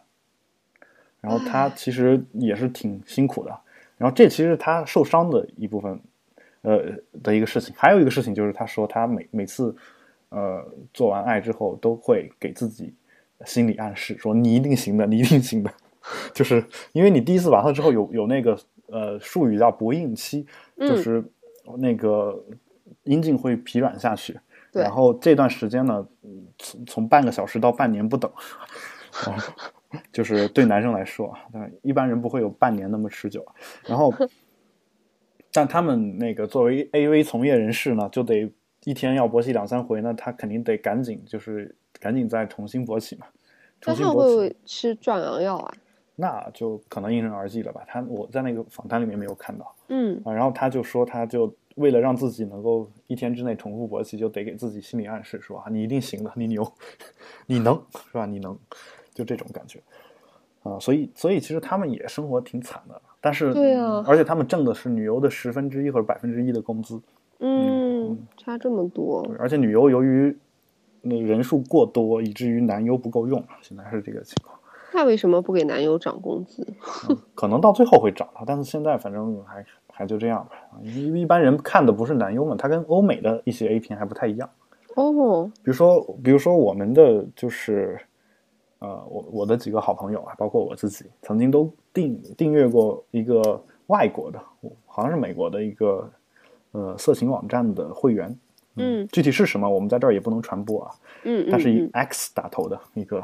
然后他其实也是挺辛苦的，然后这其实是他受伤的一部分，呃的一个事情，还有一个事情就是他说他每每次呃做完爱之后都会给自己心理暗示说你一定行的，你一定行的。 就是因为你第一次完了之后有有那个呃术语叫不应期，
嗯
就是那个阴茎会疲软下去，
对
然后这段时间呢，嗯从从半个小时到半年不等，啊 就是对男生来说，但一般人不会有半年那么持久。然后，但他们那个作为 AV 从业人士呢，就得一天要勃起两三回，那他肯定得赶紧就是赶紧再重新勃起嘛，重
那
新
他们会不
勃起
会。吃壮阳药啊？
那就可能因人而异了吧。他我在那个访谈里面没有看到
嗯，
啊，然后他就说，他就为了让自己能够一天之内重复勃起，就得给自己心理暗示，说啊，你一定行的，你牛， 你能，是吧？你能，就这种感觉啊。所以，所以其实他们也生活挺惨的，但是
对啊
而且他们挣的是女优的十分之一或者百分之一的工资，
嗯，差这么多
对，而且女优由于那人数过多，以至于男优不够用，啊现在是这个情况。
那为什么不给男友涨工资？
嗯可能到最后会涨它，但是现在反正还还就这样吧。因为一般人看的不是男优嘛，它跟欧美的一些 A 片还不太一样。
哦，
比如说，比如说我们的就是，呃，我我的几个好朋友啊，包括我自己，曾经都订订阅过一个外国的，好像是美国的一个呃色情网站的会员。
嗯
具体是什么，我们在这儿也不能传播啊。
嗯嗯
它是以
嗯，
X 打头的一个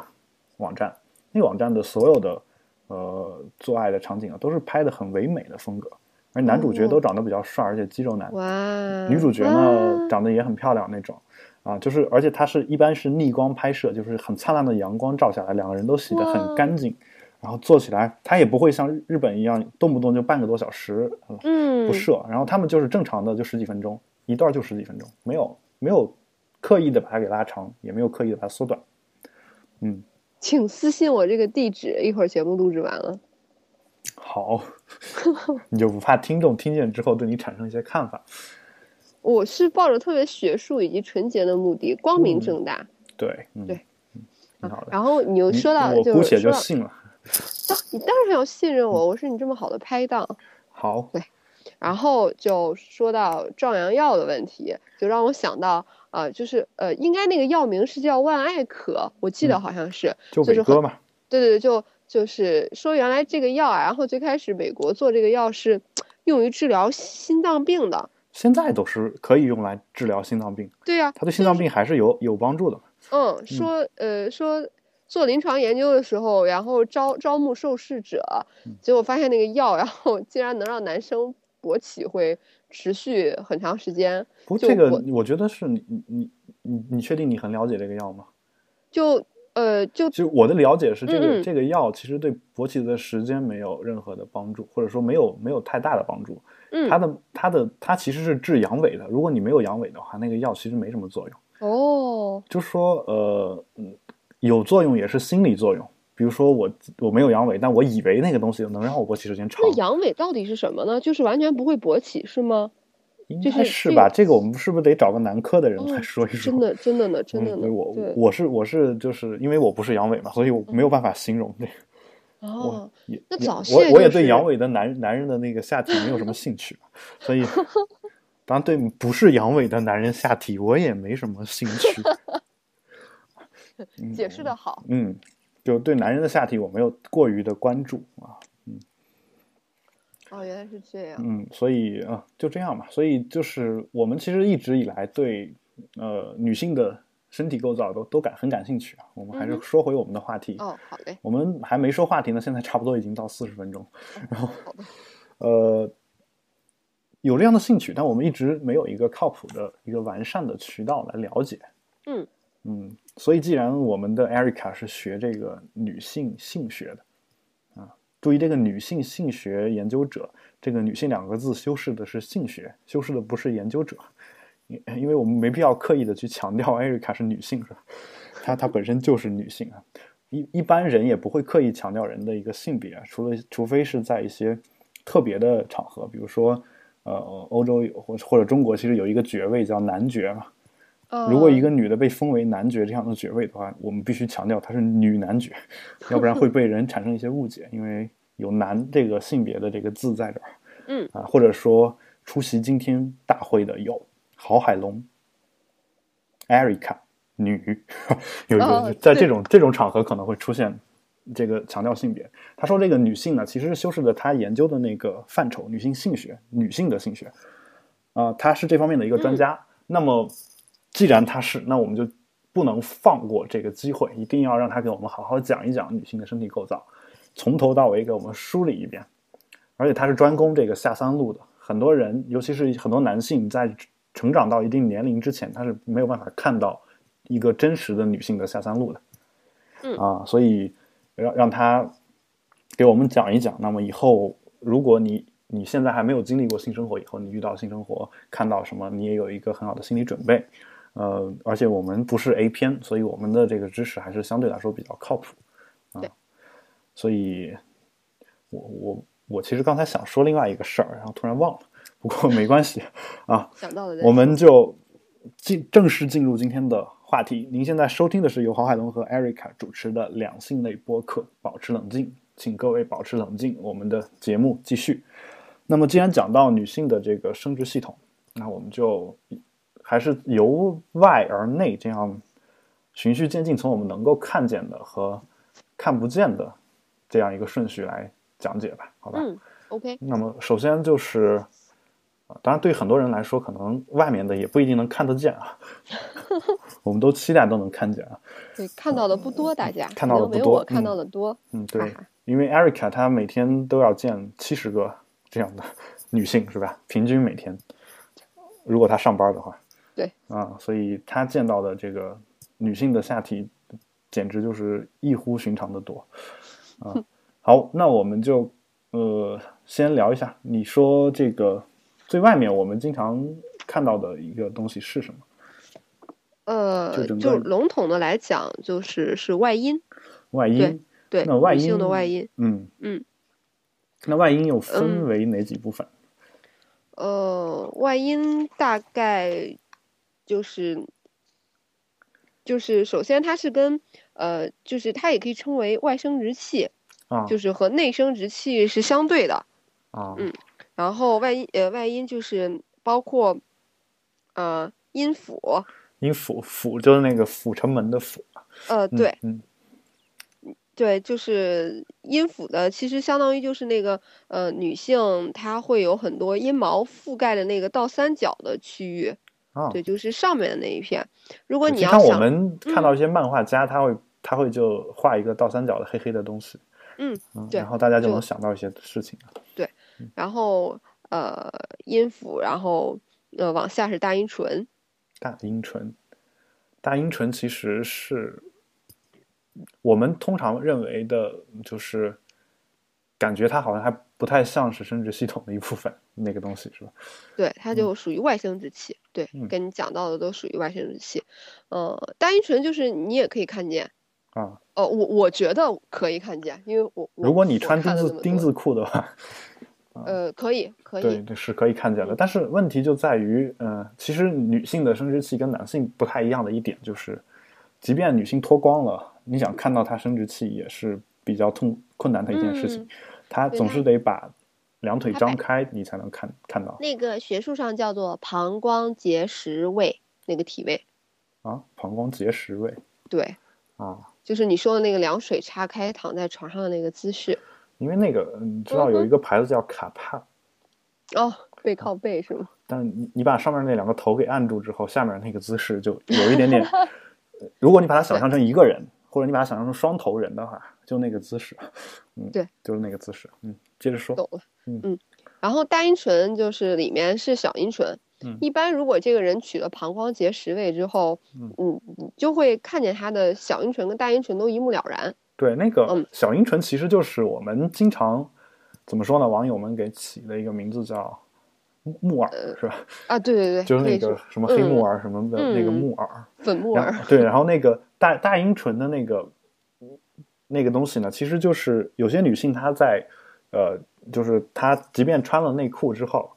网站，那个网站的所有的呃做爱的场景啊，都是拍的很唯美的风格，而男主
哦
角都长得比较帅，而且肌肉男，
哇，
女主角呢
哇
长得也很漂亮那种，啊，就是而且它是一般是逆光拍摄，就是很灿烂的阳光照下来，两个人都洗得很
哇
干净，然后做起来它也不会像日本一样动不动就半个多小时，呃
嗯，
不射，然后他们就是正常的就十几分钟，一段就十几分钟，没有没有刻意的把它给拉长，也没有刻意的把它缩短。嗯，
请私信我这个地址，一会儿节目录制完了。
好，你就不怕听众听见之后对你产生一些看法？
我是抱着特别学术以及纯洁的目的，光明正大。
对，嗯，
对
嗯，挺好的。
然后你又
你
说到，
我
就
姑且
是
就
说到，
信了。
你当然要信任我，我是你这么好的拍档。
好，
然后就说到壮阳药的问题，就让我想到，呃，就是呃，应该那个药名是叫万艾可，我记得
嗯
好像是。
就
就是
伟哥嘛，
对对对，就就是说原来这个药啊，然后最开始美国做这个药是用于治疗心脏病的。
现在都是可以用来治疗心脏病，
对呀、
它对心脏病还是有有帮助的嘛。
嗯，说呃说做临床研究的时候，然后招招募受试者，
嗯
结果发现那个药，然后竟然能让男生勃起会持续很长时间，
不过
就
这个
我
我觉得是你你你你你确定你很了解这个药吗？
就呃就
就我的了解是，这个
嗯嗯
这个药其实对勃起的时间没有任何的帮助，或者说没有没有太大的帮助。
嗯
它的它的它其实是治阳痿的，如果你没有阳痿的话，那个药其实没什么作用。
哦
就是说呃，嗯有作用也是心理作用。比如说我我没有阳痿，但我以为那个东西能让我勃起时间长
那，阳痿到底是什么呢？就是完全不会勃起是吗？
应
就
该
是
是
这
吧？
个
这个我们是不是得找个男科的人
哦
来说一说？
真的真的呢，真的
嗯
呢，
我
对
我是我是就是因为我不是阳痿嘛，所以我没有办法形容 这个。
哦
我，也
那
也
早
我
泄
我也
就
对
是
阳痿的男男人的那个下体没有什么兴趣，所 以当然对不是阳痿的男人下体我也没什么兴 趣。嗯
解释的好，
嗯，就对男人的下体我没有过于的关注啊，
哦，原来是这样，
嗯，所以啊、就这样吧。所以就是我们其实一直以来对呃女性的身体构造都都感很感兴趣啊。我们还是
嗯哼
说回我们的话题，
哦，好嘞，
我们还没说话题呢，现在差不多已经到四十分钟。
哦好的，
呃，有这样的兴趣，但我们一直没有一个靠谱的、一个完善的渠道来了解。
嗯
嗯，所以既然我们的 Erica 是学这个女性性学的，啊，注意这个女性性学研究者，这个“女性”两个字修饰的是性学，修饰的不是研究者，因因为我们没必要刻意的去强调 Erica 是女性，是吧？她她本身就是女性啊。一一般人也不会刻意强调人的一个性别，啊除了除非是在一些特别的场合，比如说，呃，欧洲有或或者中国其实有一个爵位叫男爵嘛。
哦
如果一个女的被封为男爵这样的爵位的话，我们必须强调她是女男爵， 要不然会被人产生一些误解，因为有“男”这个性别的这个字在这儿。
嗯
啊，或者说出席今天大会的有郝海龙、Erica 女， 有一个、
哦
在
对
这种这种场合可能会出现这个强调性别。他说这个女性呢，其实是修饰的他研究的那个范畴——女性性学、女性的性学。
嗯
啊、他是这方面的一个专家。那么，既然他是，那我们就不能放过这个机会，一定要让他给我们好好讲一讲女性的身体构造，从头到尾给我们梳理一遍。而且他是专攻这个下三路的，很多人，尤其是很多男性，在成长到一定年龄之前，他是没有办法看到一个真实的女性的下三路的。
嗯
啊，所以让让他给我们讲一讲。那么以后，如果你你现在还没有经历过性生活，以后你遇到性生活看到什么，你也有一个很好的心理准备。呃，而且我们不是 A 片，所以我们的这个知识还是相对来说比较靠谱啊
对。
所以我我我其实刚才想说另外一个事儿，然后突然忘了，不过没关系啊。
想到了再
我们就进正式进入今天的话题。您现在收听的是由郝海龙和 Erica 主持的两性类播客《保持冷静》，请各位保持冷静，我们的节目继续。那么，既然讲到女性的这个生殖系统，那我们就还是由外而内这样循序渐进，从我们能够看见的和看不见的这样一个顺序来讲解吧，好吧？
嗯，OK，
那么首先就是，啊当然对很多人来说，可能外面的也不一定能看得见啊。 我们都期待都能看见啊。
对，看到的不多，大家
嗯看到的
可能
不
没
多
我看到的多，
嗯，
哈
对
啊
哈，
因为 Erica 她每天都要见七十个这样的 女性是吧？平均每天，如果她上班的话，
对
啊，所以她见到的这个女性的下体，简直就是异乎寻常的多啊。好，那我们就呃先聊一下，你说这个最外面我们经常看到的一个东西是什么？就
呃，
整
就
个
笼统的来讲，就是是外因，
外阴
对，对，
那外
女性
阴
的外因，
嗯
嗯，
那外阴又分
嗯
为哪几部分？
呃，外因大概就是就是首先它是跟呃，就是它也可以称为外生殖器，
啊
就是和内生殖器是相对的。
啊
嗯
然后外因呃外因就是包括呃阴府，
因府府就是那个阜成门的府，
呃
嗯
对，
嗯
对，就是阴府的，其实相当于就是那个呃，女性她会有很多阴毛覆盖的那个倒三角的区域，
啊，
对，就是上面的那一片。如果
对
你
就
要
像我
想，嗯
们看到一些漫画家，他会他会就画一个倒三角的黑黑的东西，
嗯
嗯，
对
然后大家就
就
能想到一些事情啊了
然后呃阴府，然后呃往下是大阴唇，
大阴唇，大阴唇其实是我们通常认为的，就是感觉它好像还不太像是生殖系统的一部分，那个东西是吧？
对，它就属于外生殖器。对
嗯，
跟你讲到的都属于外生殖器。呃，大阴唇就是你也可以看见，
啊，
呃，我我觉得可以看见，因为我我
如果你
我
穿
看
丁字
了那么
丁
多
字裤的话，
呃，可以可以嗯
对，，对是可以看见的。但是问题就在于，呃，其实女性的生殖器跟男性不太一样的一点就是，即便女性脱光了，你想看到她生殖器也是比较痛困难的一件事情，
嗯
她
对
总
她
是得把两腿
她
张
摆
开，你才能看看到
那个学术上叫做膀胱结石位，
那个体位，
啊，膀胱结石位
对。
啊，
就是你说的那个凉水叉开躺在床上的那个姿势
因为那个你知道
嗯
有
哼
一个牌子叫卡帕。
哦，背靠背是吗？
但是你你把上面那两个头给按住之后，下面那个姿势就有一点 点，呃如果你把它想象成一个人，或者你把它想象成双头人的话，就那个姿势，嗯，
对，
就是那个姿势，嗯，接着说，
懂了，
嗯
然后大阴唇就是里面是小阴唇，
嗯
一般如果这个人取了膀胱结石位之后，
嗯
嗯，你就会看见他的小阴唇跟大阴唇都一目了然，
对，那个
嗯
小阴唇其实就是我们经常怎么说呢，网友们给起的一个名字叫木木耳，是吧？
啊，对对对，
就是
可
那
以
个
说
什么黑木
嗯
耳什么的那个
嗯
木耳，
粉木
然
耳，
后对，然后那个大大阴唇的那个那个东西呢，其实就是有些女性她在呃，就是她即便穿了内裤之后，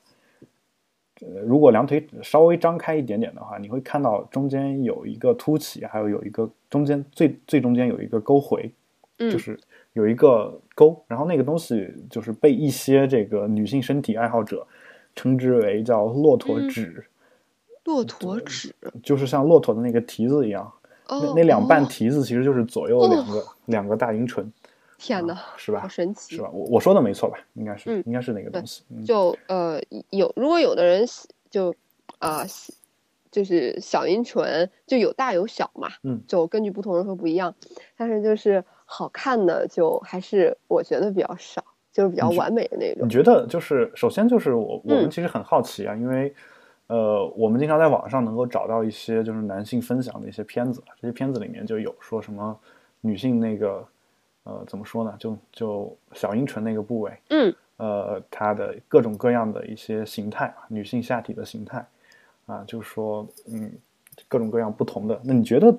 呃，如果两腿稍微张开一点点的话，你会看到中间有一个凸起，还有有一个中间最最中间有一个沟回，就
嗯
是有一个沟，然后那个东西就是被一些这个女性身体爱好者称之为叫骆驼
嗯
趾，
骆驼趾，
就是像骆驼的那个蹄子一样。那
哦，
那两瓣
哦
蹄子其实就是左右
哦
两个、两个大阴唇，
天哪，
啊是
好
吧？
神
是
奇，
吧？我我说的没错吧？应该是、
嗯
应该是那个东西。嗯
就呃有如果有的人喜就啊、喜就是小阴唇就有大有小嘛，
嗯，
就根据不同人会不一样，但是就是好看的就还是我觉得比较少，就是比较完美的那种
你。觉得就是首先就是我我们
嗯
其实很好奇啊，因为呃，我们经常在网上能够找到一些就是男性分享的一些片子，啊这些片子里面就有说什么女性那个呃怎么说呢，就就小阴唇那个部位，
嗯，
呃，它的各种各样的一些形态嘛，女性下体的形态啊，就是说嗯，各种各样不同的。那你觉得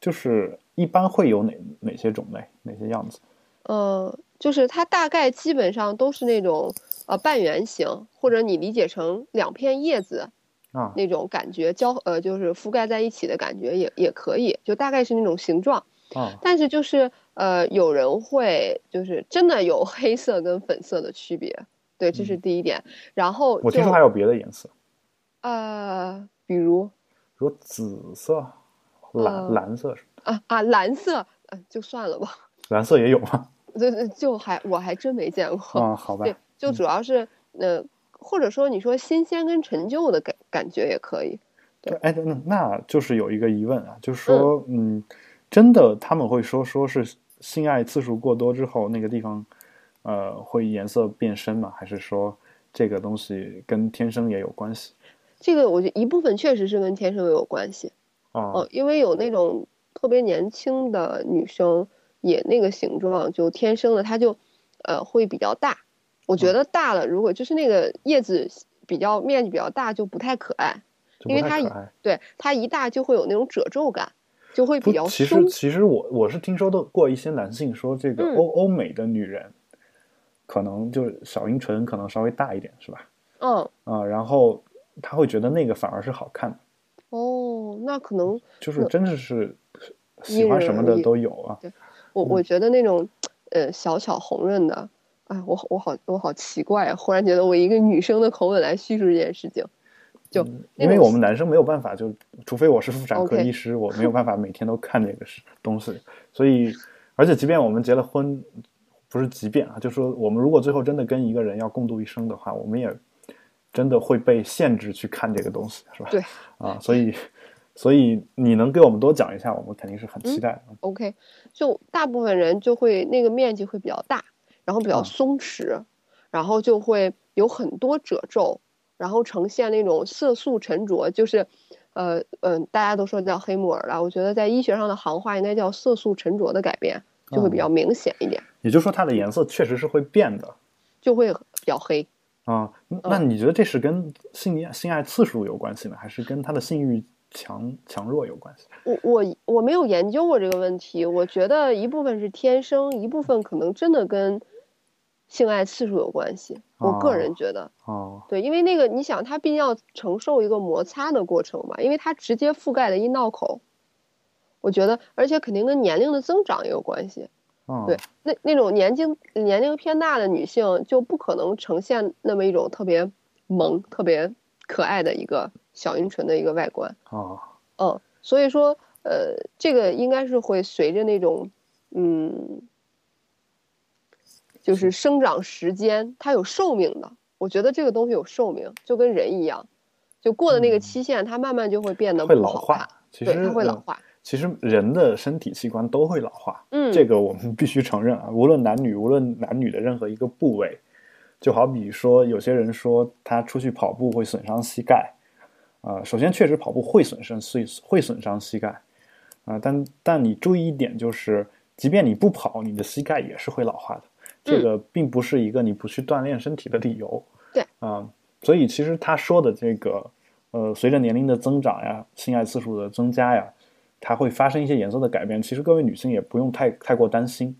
就是一般会有哪哪些种类，哪些样子？
呃，就是它大概基本上都是那种呃半圆形，或者你理解成两片叶子
啊，
那种感觉交呃就是覆盖在一起的感觉也也可以，就大概是那种形状。
啊，
但是就是呃，有人会就是真的有黑色跟粉色的区别，对，这是第一点。然后
嗯我听
就
说还有别的颜色。
呃，比如
比如紫色、蓝、
呃
蓝色是，
啊啊蓝色，呃，就算了吧，
蓝色也有吗？
就就还我还真没见过。
啊，好吧，
哦对，就
嗯
主要是呃，或者说你说新鲜跟陈旧的感感觉也可以。对
哎，那那就是有一个疑问啊，就是说，嗯真的他们会说说是性爱次数过多之后，那个地方，呃，会颜色变深吗？还是说这个东西跟天生也有关系？
这个我觉得一部分确实是跟天生有关系，
啊，
嗯，因为有那种特别年轻的女生，也那个形状就天生的，她就呃会比较大。
嗯
我觉得大了，如果就是那个叶子比较面积比较大，就不太可爱。
就
因
不
为
太可
它一
爱。
对，它一大就会有那种褶皱感，就会比
不，
较
其实
松。
其实我我是听说的过一些男性说，这个
嗯
欧、欧美的女人，可能就是小阴唇可能稍微大一点，是吧？
嗯，
啊，然后他会觉得那个反而是好看的，
哦，那可能
就是真的是喜
因
欢
人
什么
而
的
异
都有啊。
我我觉得那种，呃，小巧红润的，哎，我好我好我好奇怪啊！忽然觉得我以一个女生的口吻来叙述这件事情，就那
嗯因为
种
我们男生没有办法，就除非我是妇产科
OK
医师，我没有办法每天都看这个是东西。所以，而且即便我们结了婚，不是即便啊，就说我们如果最后真的跟一个人要共度一生的话，我们也真的会被限制去看这个东西，是吧？
对。
啊，所以，所以你能给我们多讲一下，我们肯定是很期
嗯
待的。
OK，就大部分人就会那个面积会比较大，然后比
啊
较松弛，然后就会有很多褶皱，然后呈现那种色素沉着，就是，呃嗯、大家都说叫黑木耳了，我觉得在医学上的行话应该叫色素沉着的改变，就会比较明显一点，
也就是说，它的颜色确实是会变的。
就会比较黑。
啊，那
嗯
那你觉得这是跟性爱性爱次数有关系呢，还是跟他的性欲强强弱有关系？
我我我没有研究过这个问题，我觉得一部分是天生，一部分可能真的跟性爱次数有关系。我个人觉得，
哦，
对，因为那个你想，它毕竟要承受一个摩擦的过程嘛，因为它直接覆盖了阴道口。我觉得，而且肯定跟年龄的增长也有关系。
哦
对，那那种年纪年龄偏大的女性，就不可能呈现那么一种特别萌、特别可爱的一个小阴唇的一个外观。
哦，
嗯，所以说，呃，这个应该是会随着那种，嗯，就是生长时间，它有寿命的。我觉得这个东西有寿命，就跟人一样，就过了那个
嗯
期限，它慢慢就会变得
会
不
老
好
化
看，。
其
对，
实
它会老
呃
化。
其实人的身体器官都会老化，
嗯，
这个我们必须承认啊。无论男女，无论男女的任何一个部位，就好比说有些人说他出去跑步会损伤膝盖，啊、首先确实跑步会损伤会会损伤膝盖，啊、但但你注意一点就是，即便你不跑，你的膝盖也是会老化的。
嗯
这个并不是一个你不去锻炼身体的理由。
对
啊、所以其实他说的这个，呃，随着年龄的增长呀，性爱次数的增加呀，它会发生一些颜色的改变。其实各位女性也不用太太过担心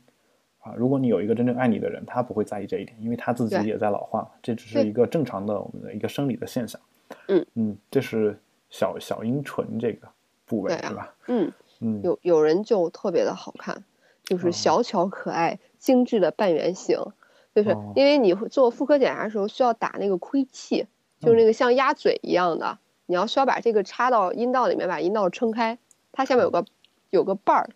啊。如果你有一个真正爱你的人，他不会在意这一点，因为他自己
对
也在老化嘛，这只是
对
一个正常的我们的一个生理的现象。
嗯
嗯，这是小小阴唇这个部位、
对啊
是吧？
嗯，
嗯，
有有人就特别的好看，
哦
就是小巧可爱、精致的半圆形，就是
哦
因为你会做妇科检查的时候需要打那个窥器，就
嗯
是那个像鸭嘴一样的，你要需要把这个插到阴道里面，把阴道撑开，它下面有个有个瓣儿。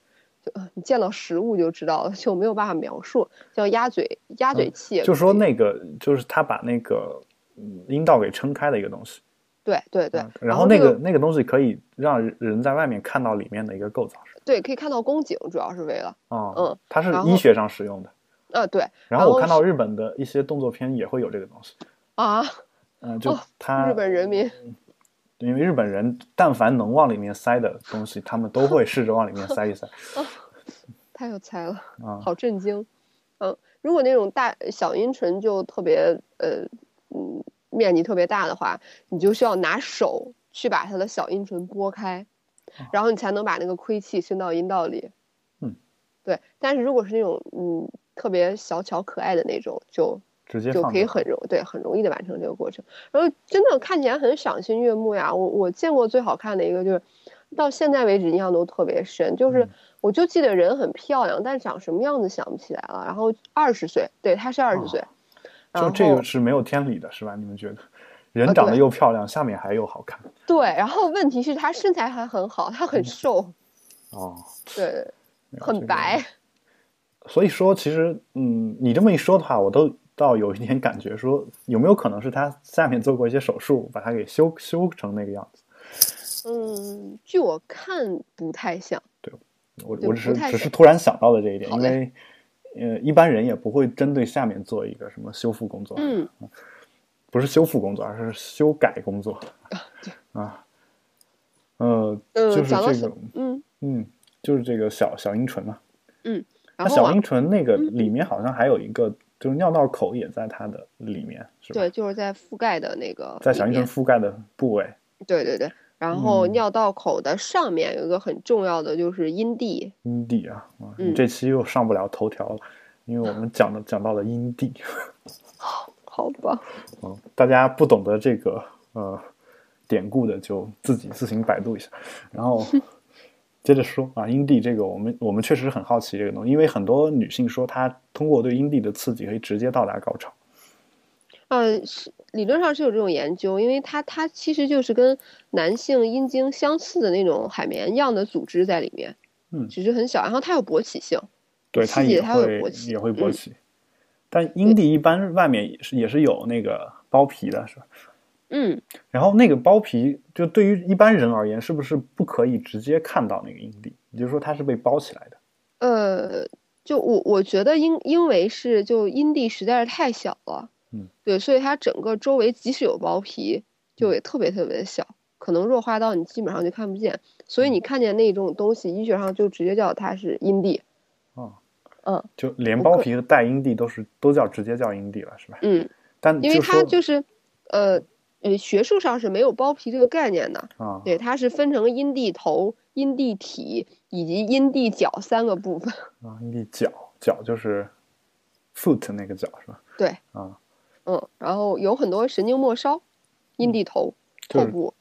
就呃你见到实物就知道了，就没有办法描述，叫鸭嘴
嗯
鸭嘴器也可以、
就说那个就是他把那个嗯阴道给撑开的一个东西。
对对对
嗯。然
然
后那
这
个那个东西可以让人人在外面看到里面的一个构造是吧，
对可以看到宫颈，主要是为了
啊，
嗯，
它是
然后
医学上使用的。
啊对
然
然
后我
后
看到日本的一些动作片也会有这个东西，
啊，
嗯、就
哦
它、
日本人民
因为日本人但凡能往里面塞的东西，他们都会试着往里面塞一塞
太有才了。
啊。
好震惊。嗯，如果那种大小阴唇就特别呃嗯面积特别大的话，你就需要拿手去把它的小阴唇拨开，然后你才能把那个亏气伸到阴道里。
啊嗯，
对。但是如果是那种嗯特别小巧可爱的那种，就
直接
就
放
可以
进去
很容对很容易的完成这个过程，然后真的看起来很赏心悦目呀。我我见过最好看的一个就是，到现在为止印象都特别深，就是
嗯
我就记得人很漂亮，但长什么样子想不起来了。然后二十岁，对，她是二十岁，然
哦就
后
这个是没有天理的，是吧？你们觉得，人
啊
长得
对
又漂亮，下面还又好看
对，然后问题是她身材还很好，她
嗯
很瘦，
哦，
对，
没有这
很
个
白。
所以说，其实，嗯，你这么一说的话，我都倒有一点感觉说，有没有可能是他下面做过一些手术，把它给修修成那个样子？
嗯，据我看不太像，
我
对
我只是
不太
只是
是
突然想到的这一点，
好
因
嘞
为，呃，一般人也不会针对下面做一个什么修复工作，
嗯，
不是修复工作，而是修改工作，啊，呃，
呃
就是
讲到
这
小
个，
嗯，
嗯，就是这个小小阴唇嘛，
然
那
后
小阴
往嗯
唇那个里面好像还有一个，就是尿道口也在它的里面，是吧？
对，就是在覆盖的那个
在
里
小阴
面
唇覆盖的部位，
对对对，然后
嗯
尿道口的上面有一个很重要的就是阴蒂，
阴蒂啊，啊
嗯
这期又上不了头条了，因为我们讲的讲到了阴蒂，
好吧？
嗯，大家不懂得这个呃典故的就自己自行百度一下，然后接着说啊，阴蒂这个我们我们确实很好奇这个东西，因为很多女性说她通过对阴蒂的刺激可以直接到达高潮，
呃，是理论上是有这种研究，因为它它其实就是跟男性阴茎相似的那种海绵样的组织在里面，
嗯
只是很小，然后它有勃起性，
对，
刺
它
激
也
它会
会
勃起
也会勃
嗯
起。但阴蒂一般外面也是也是有那个包皮的，是吧？
嗯，
然后那个包皮，就对于一般人而言，是不是不可以直接看到那个阴蒂？也就是说，它是被包起来的。
呃，就我我觉得因因为是就阴蒂实在是太小了，
嗯，
对，所以它整个周围即使有包皮，就也特别特别的小，可能弱化到你基本上就看不见，所以
嗯
你看见那种东西，医学上就直接叫它是阴蒂，
哦，
嗯
就连
不
包
可
皮和带阴蒂都是都叫直接叫阴蒂了，是吧？
嗯，
但
因为
说
它就是，呃呃，学术上是没有包皮这个概念的，
啊，
对，它是分成阴蒂头、阴蒂体以及阴蒂脚三个部分，
啊，阴蒂脚脚就是 foot 那个脚是吧？
对，
啊，
嗯，然后有很多神经末梢，阴蒂头、
嗯就
后
是
部。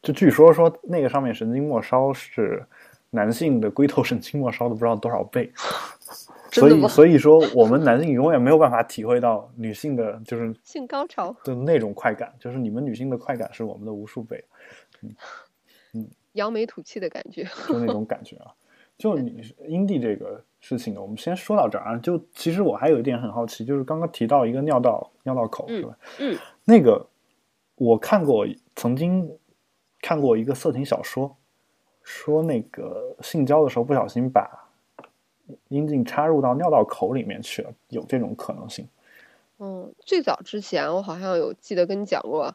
就据说说那个上面神经末梢是男性的龟头神经末梢的不知道多少 倍，所
真的
以
吗
所以说我们男性永远没有办法体会到女性的就是
性高潮，
的那种快感，就是你们女性的快感是我们的无数倍，
扬眉吐气的感觉。
就那种感觉啊。就你阴蒂这个事情呢，我们先说到这儿啊。就其实我还有一点很好奇，就是刚刚提到一个尿道尿道口
嗯
是吧？
嗯，
那个我看过，曾经看过一个色情小说，说那个性交的时候不小心把阴茎插入到尿道口里面去了，有这种可能性。
嗯，最早之前我好像有记得跟你讲过，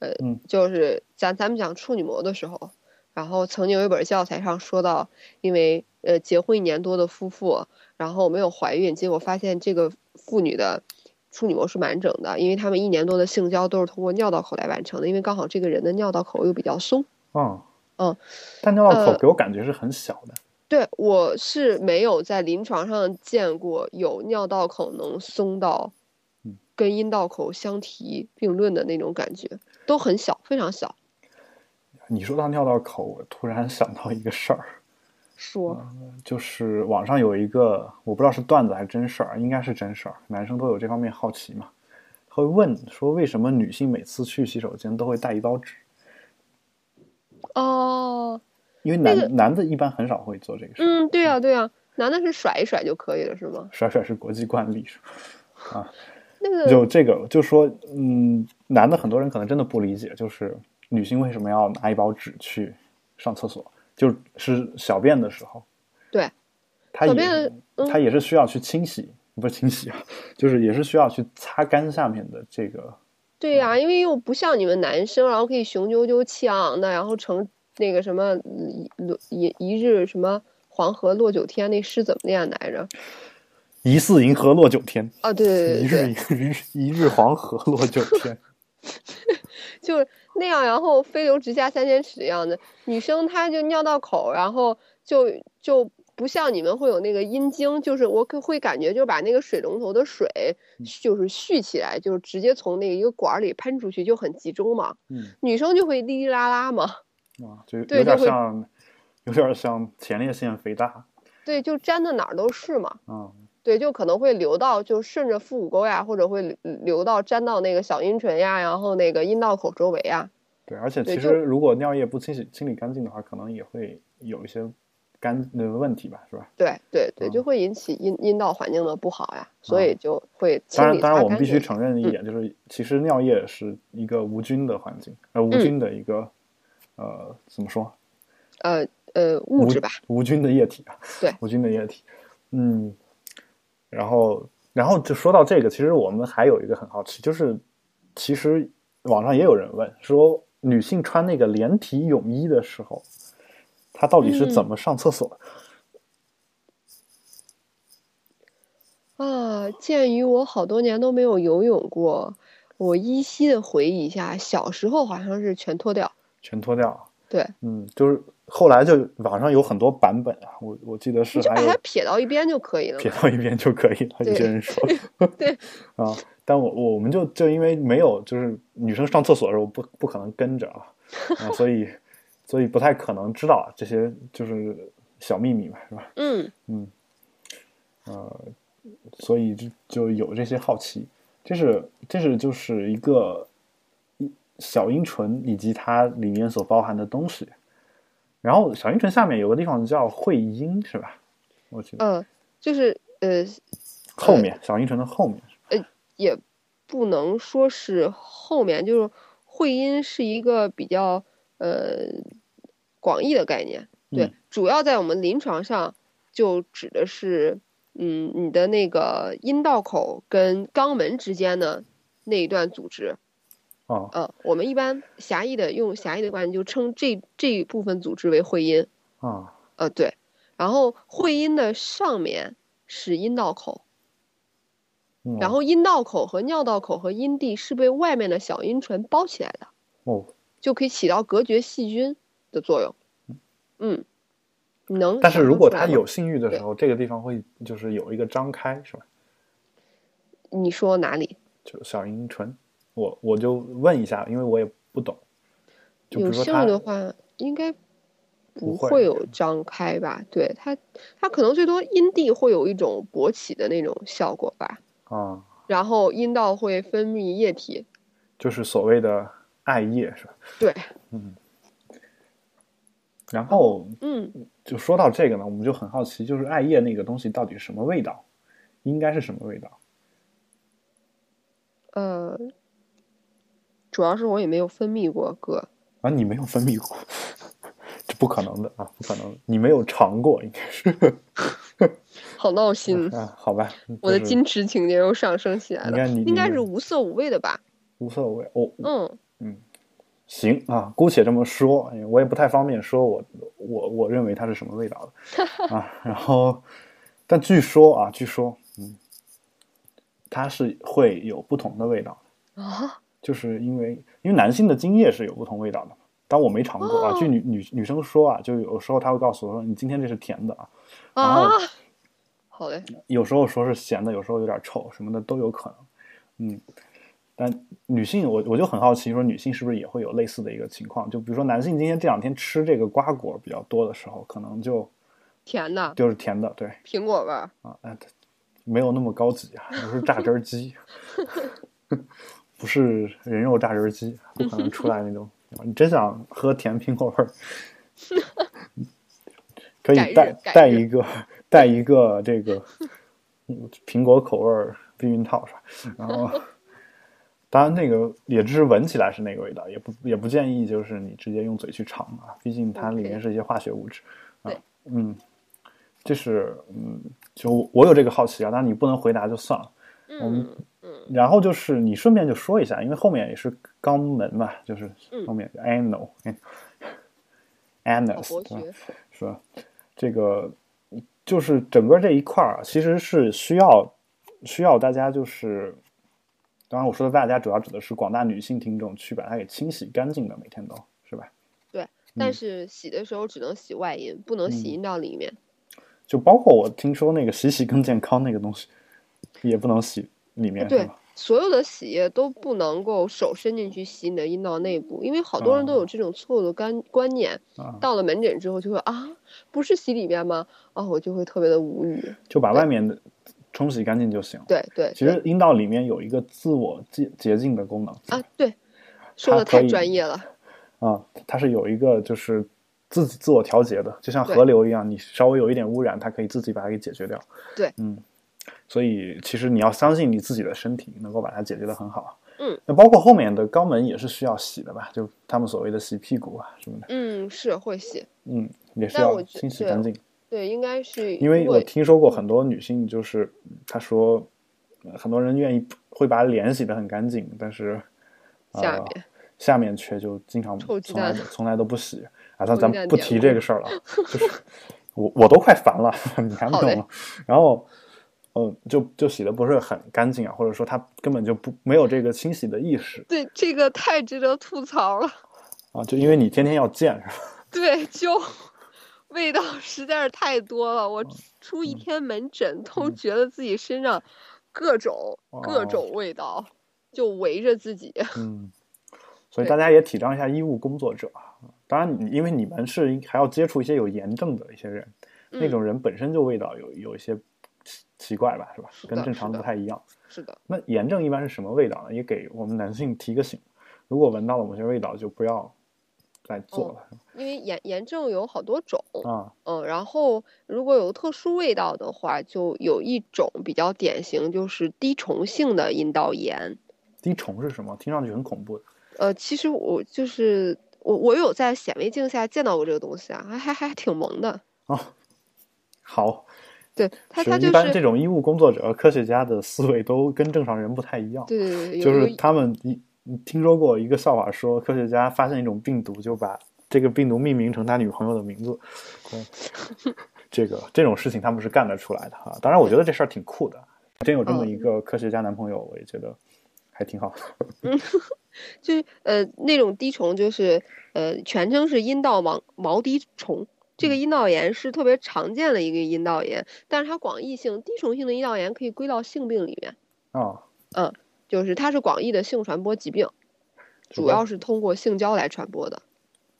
呃，
嗯
就是咱咱们讲处女膜的时候，然后曾经有一本教材上说到，因为呃结婚一年多的夫妇，然后没有怀孕，结果发现这个妇女的处女膜是完整的，因为他们一年多的性交都是通过尿道口来完成的，因为刚好这个人的尿道口又比较松。
嗯
嗯，
但尿道口
呃
给我感觉是很小的。
对，我是没有在临床上见过有尿道口能松到
嗯
跟阴道口相提并论的那种感觉，都很小，非常小。
你说到尿道口，我突然想到一个事儿。
说，
啊就是网上有一个，我不知道是段子还是真事儿，应该是真事儿。男生都有这方面好奇嘛，会问说为什么女性每次去洗手间都会带一包纸？
哦，
因为男、
那个
男的一般很少会做这个事儿，
嗯，对呀，对呀，男的是甩一甩就可以了，是吗？
甩甩是国际惯例。
那个，
就这个，就说嗯，男的很多人可能真的不理解，就是女性为什么要拿一包纸去上厕所？就是小便的时候，
对，
她
小
也
便
是
嗯
她也是需要去清洗，不是清洗啊，就是也是需要去擦干下面的这个
对呀、因为又不像你们男生，然后可以雄赳赳气昂昂的，然后成那个什么一一一日什么黄河落九天那诗怎么念来着？
疑似银河落九天，
啊，对对
一
对对
日一 日一日黄河落九 天，
就是那样，然后飞流直下三千尺的样子。女生她就尿到口，然后就就不像你们会有那个阴茎，就是我可会感觉就把那个水龙头的水就是蓄起来，就是直接从那一个管儿里喷出去，就很集中嘛。
嗯
女生就会哩哩啦啦嘛，
啊，就
对
有点
就会
像有点像前列腺肥大，
对，就粘的哪儿都是嘛。
嗯
对，就可能会流到，就顺着腹股沟呀，或者会流流到粘到那个小阴唇呀，然后那个阴道口周围呀。
对，而且
对
其
就
实如果尿液不清洗清理干净的话，可能也会有一些干的问题吧，是吧？
对对对，
嗯
就会引起阴阴道环境的不好呀，所以就会清
当然，
理
当
擦
然，我们必
干
须
净嗯
承认一点，就是其实尿液是一个无菌的环境，呃，
嗯
无菌的一个，呃，怎么说？
呃呃物质吧，
无，无菌的液体啊，
对
无菌的液体，嗯，然后，然后就说到这个，其实我们还有一个很好奇，就是其实网上也有人问说，女性穿那个连体泳衣的时候，她到底是
嗯
怎么上厕所的？
啊，鉴于我好多年都没有游泳过，我依稀的回忆一下，小时候好像是全脱掉。
全脱掉？
对，
嗯，就是后来就网上有很多版本啊，我我记得是
你就
还
把
有
它撇到一边就可以了
撇
嘛。
到一边就可以了。有
对
些人说，
对
啊，但我我们就就因为没有，就是女生上厕所的时候不不可能跟着啊，啊，所以所以不太可能知道这些就是小秘密嘛，是吧？
嗯，
嗯，呃，所以就就有这些好奇，这是这是就是一个一小阴唇以及它里面所包含的东西。然后小阴唇下面有个地方叫会阴，是吧？我记得
呃，就是呃，
后面小阴唇的后面。
也不能说是后面，就是会阴是一个比较呃广义的概念，对，
嗯
主要在我们临床上就指的是，嗯，你的那个阴道口跟肛门之间的那一段组织，
哦，
呃，我们一般狭义的用狭义的观念就称这这一部分组织为会阴，
啊，
呃，对，然后会阴的上面是阴道口。
嗯
然后阴道口和尿道口和阴蒂是被外面的小阴唇包起来的，
哦，
就可以起到隔绝细菌的作用。嗯，你能。
但是如果他
它
有，性欲的时候，这个地方会就是有一个张开，是吧？
你说哪里？
就是小阴唇，我我就问一下，因为我也不懂，就比
有
如说
性
他
的话，应该
不
不
会嗯
会有张开吧？对它，它可能最多阴蒂会有一种勃起的那种效果吧。
啊，
然后阴道会分泌液体，
就是所谓的爱液，是吧？嗯
对，
然后
嗯，
就说到这个呢，我们就很好奇，就是艾叶那个东西到底什么味道，应该是什么味道？
呃，主要是我也没有分泌过，哥，
啊，你没有分泌过， 这不可能的啊，不可能的，你没有尝过，应该 是
好闹 心。
啊，好吧，
嗯我的
就是嗯
矜持情节又上升起来
你看
了，
你
应该
你
是无色无味的吧？
无所谓，我、
嗯，
行啊，姑且这么说，哎我也不太方便说我我我认为它是什么味道的啊。然后，但据说啊，据说，嗯，它是会有不同的味道，
啊，
就是因为因为男性的精液是有不同味道的嘛。但我没尝过啊，
哦
据女女女生说啊，就有时候她会告诉我说，你今天这是甜的啊，然后
啊，好嘞，
有时候说是咸的，有时候有点臭什么的都有可能。嗯，但女性我我就很好奇，说女性是不是也会有类似的一个情况？就比如说男性今天这两天吃这个瓜果比较多的时候，可能就
甜的
就是甜的，对
苹果味儿，
啊，哎，没有那么高级啊，不是榨汁儿 鸡，不是人肉榨汁儿鸡，不可能出来那种。你真想喝甜苹果味儿，可
改
以
日
带
改
带
日
一个带一个这个嗯苹果口味儿避孕套是吧？然后当然，那个也只是闻起来是那个味道，也不也不建议就是你直接用嘴去尝啊，毕竟它里面是一些化学物质。啊
对，
嗯，这是嗯，就我我有这个好奇啊，但是你不能回答就算了。
嗯嗯
然后就是你顺便就说一下，因为后面也是肛门嘛，就是
嗯
后面 anal、
好
anus
哦
博
对吧
学，
是吧？这个就是整个这一块儿啊，其实是需要需要大家就是，当然我说的大家主要指的是广大女性听众去把它给清洗干净的，每天都是吧？嗯
但是洗的时候只能洗外阴，不能洗
嗯
阴道里面。
就包括我听说那个洗洗更健康那个东西，也不能洗里面是
对
吧？
所有的洗液都不能够手伸进去洗你的阴道内部，因为好多人都
哦
有这种错误的观观念，
啊，
到了门诊之后就会啊，不是洗里面吗？啊，我就会特别的无语。
就把外面的冲洗干净就行了。
对对，
其实阴道里面有一个自我洁洁净的功能
对啊，对，说的
它可
太
以
专业了。
啊，它是有一个就是自己自我调节的，就像
对
河流一样，你稍微有一点污染，它可以自己把它给解决掉。
对，
嗯，所以其实你要相信你自己的身体能够把它解决的很好。
嗯，
那包括后面的肛门也是需要洗的吧？就他们所谓的洗屁股啊什么的，
嗯，是会洗。
嗯，也是
但
要
我觉
清洗
对
干净。
对，应该是
因为
如
我
果
听说过很多女性，就是她说，呃很多人愿意会把脸洗得很干净，但是、呃、
下面
下面却就经常
臭鸡
从来
蛋
从来都不洗啊。咱
臭鸡
咱
蛋
不
点
提
了
这个事儿了，就是 我我都快烦了， 你还不
好
懂
嘞
吗？然后，嗯，就就洗的不是很干净啊，或者说她根本就不没有这个清洗的意识
对这个太值得吐槽了。
啊，就因为你天天要见是吧？
对，就味道实在是太多了，我出一天门诊都
嗯
觉得自己身上各种
哦
各种味道就围着自己。
嗯，所以
对
大家也体谅一下医务工作者啊。当然你，因为你们是应还要接触一些有炎症的一些人，那
嗯
种人本身就味道有有一些奇奇怪吧，是吧？
是
跟
的
正
是
常不
的
太一样。
是的，
那炎症一般是什么味道呢？也给我们男性提个醒，如果闻到了某些味道，就不要再做了、
因为炎炎症有好多种，
啊。
嗯，然后如果有特殊味道的话，就有一种比较典型，就是滴虫性的阴道炎。
滴虫是什么？听上去很恐怖的。
呃，其实我就是我，我有在显微镜下见到过这个东西啊，还还还挺萌的。
好，
对，它
是
它就
一般这
是
种医务工作者和科学家的思维都跟正常人不太一样。
对对对，
就
有有
是他们一你听说过一个笑话说，科学家发现一种病毒，就把这个病毒命名成他女朋友的名字。对 这个这种事情他们是干得出来的哈、当然，我觉得这事儿挺酷的，真有这么
嗯
一个科学家男朋友，我也觉得还挺好。
就是呃那种滴虫，就是呃全称是阴道毛毛滴虫。这个
嗯
阴道炎是特别常见的一个阴道炎，但是它广义性滴虫性的阴道炎可以归到性病里面，
啊、
就是它是广义的性传播疾病，
主
主要是通过性交来传播的。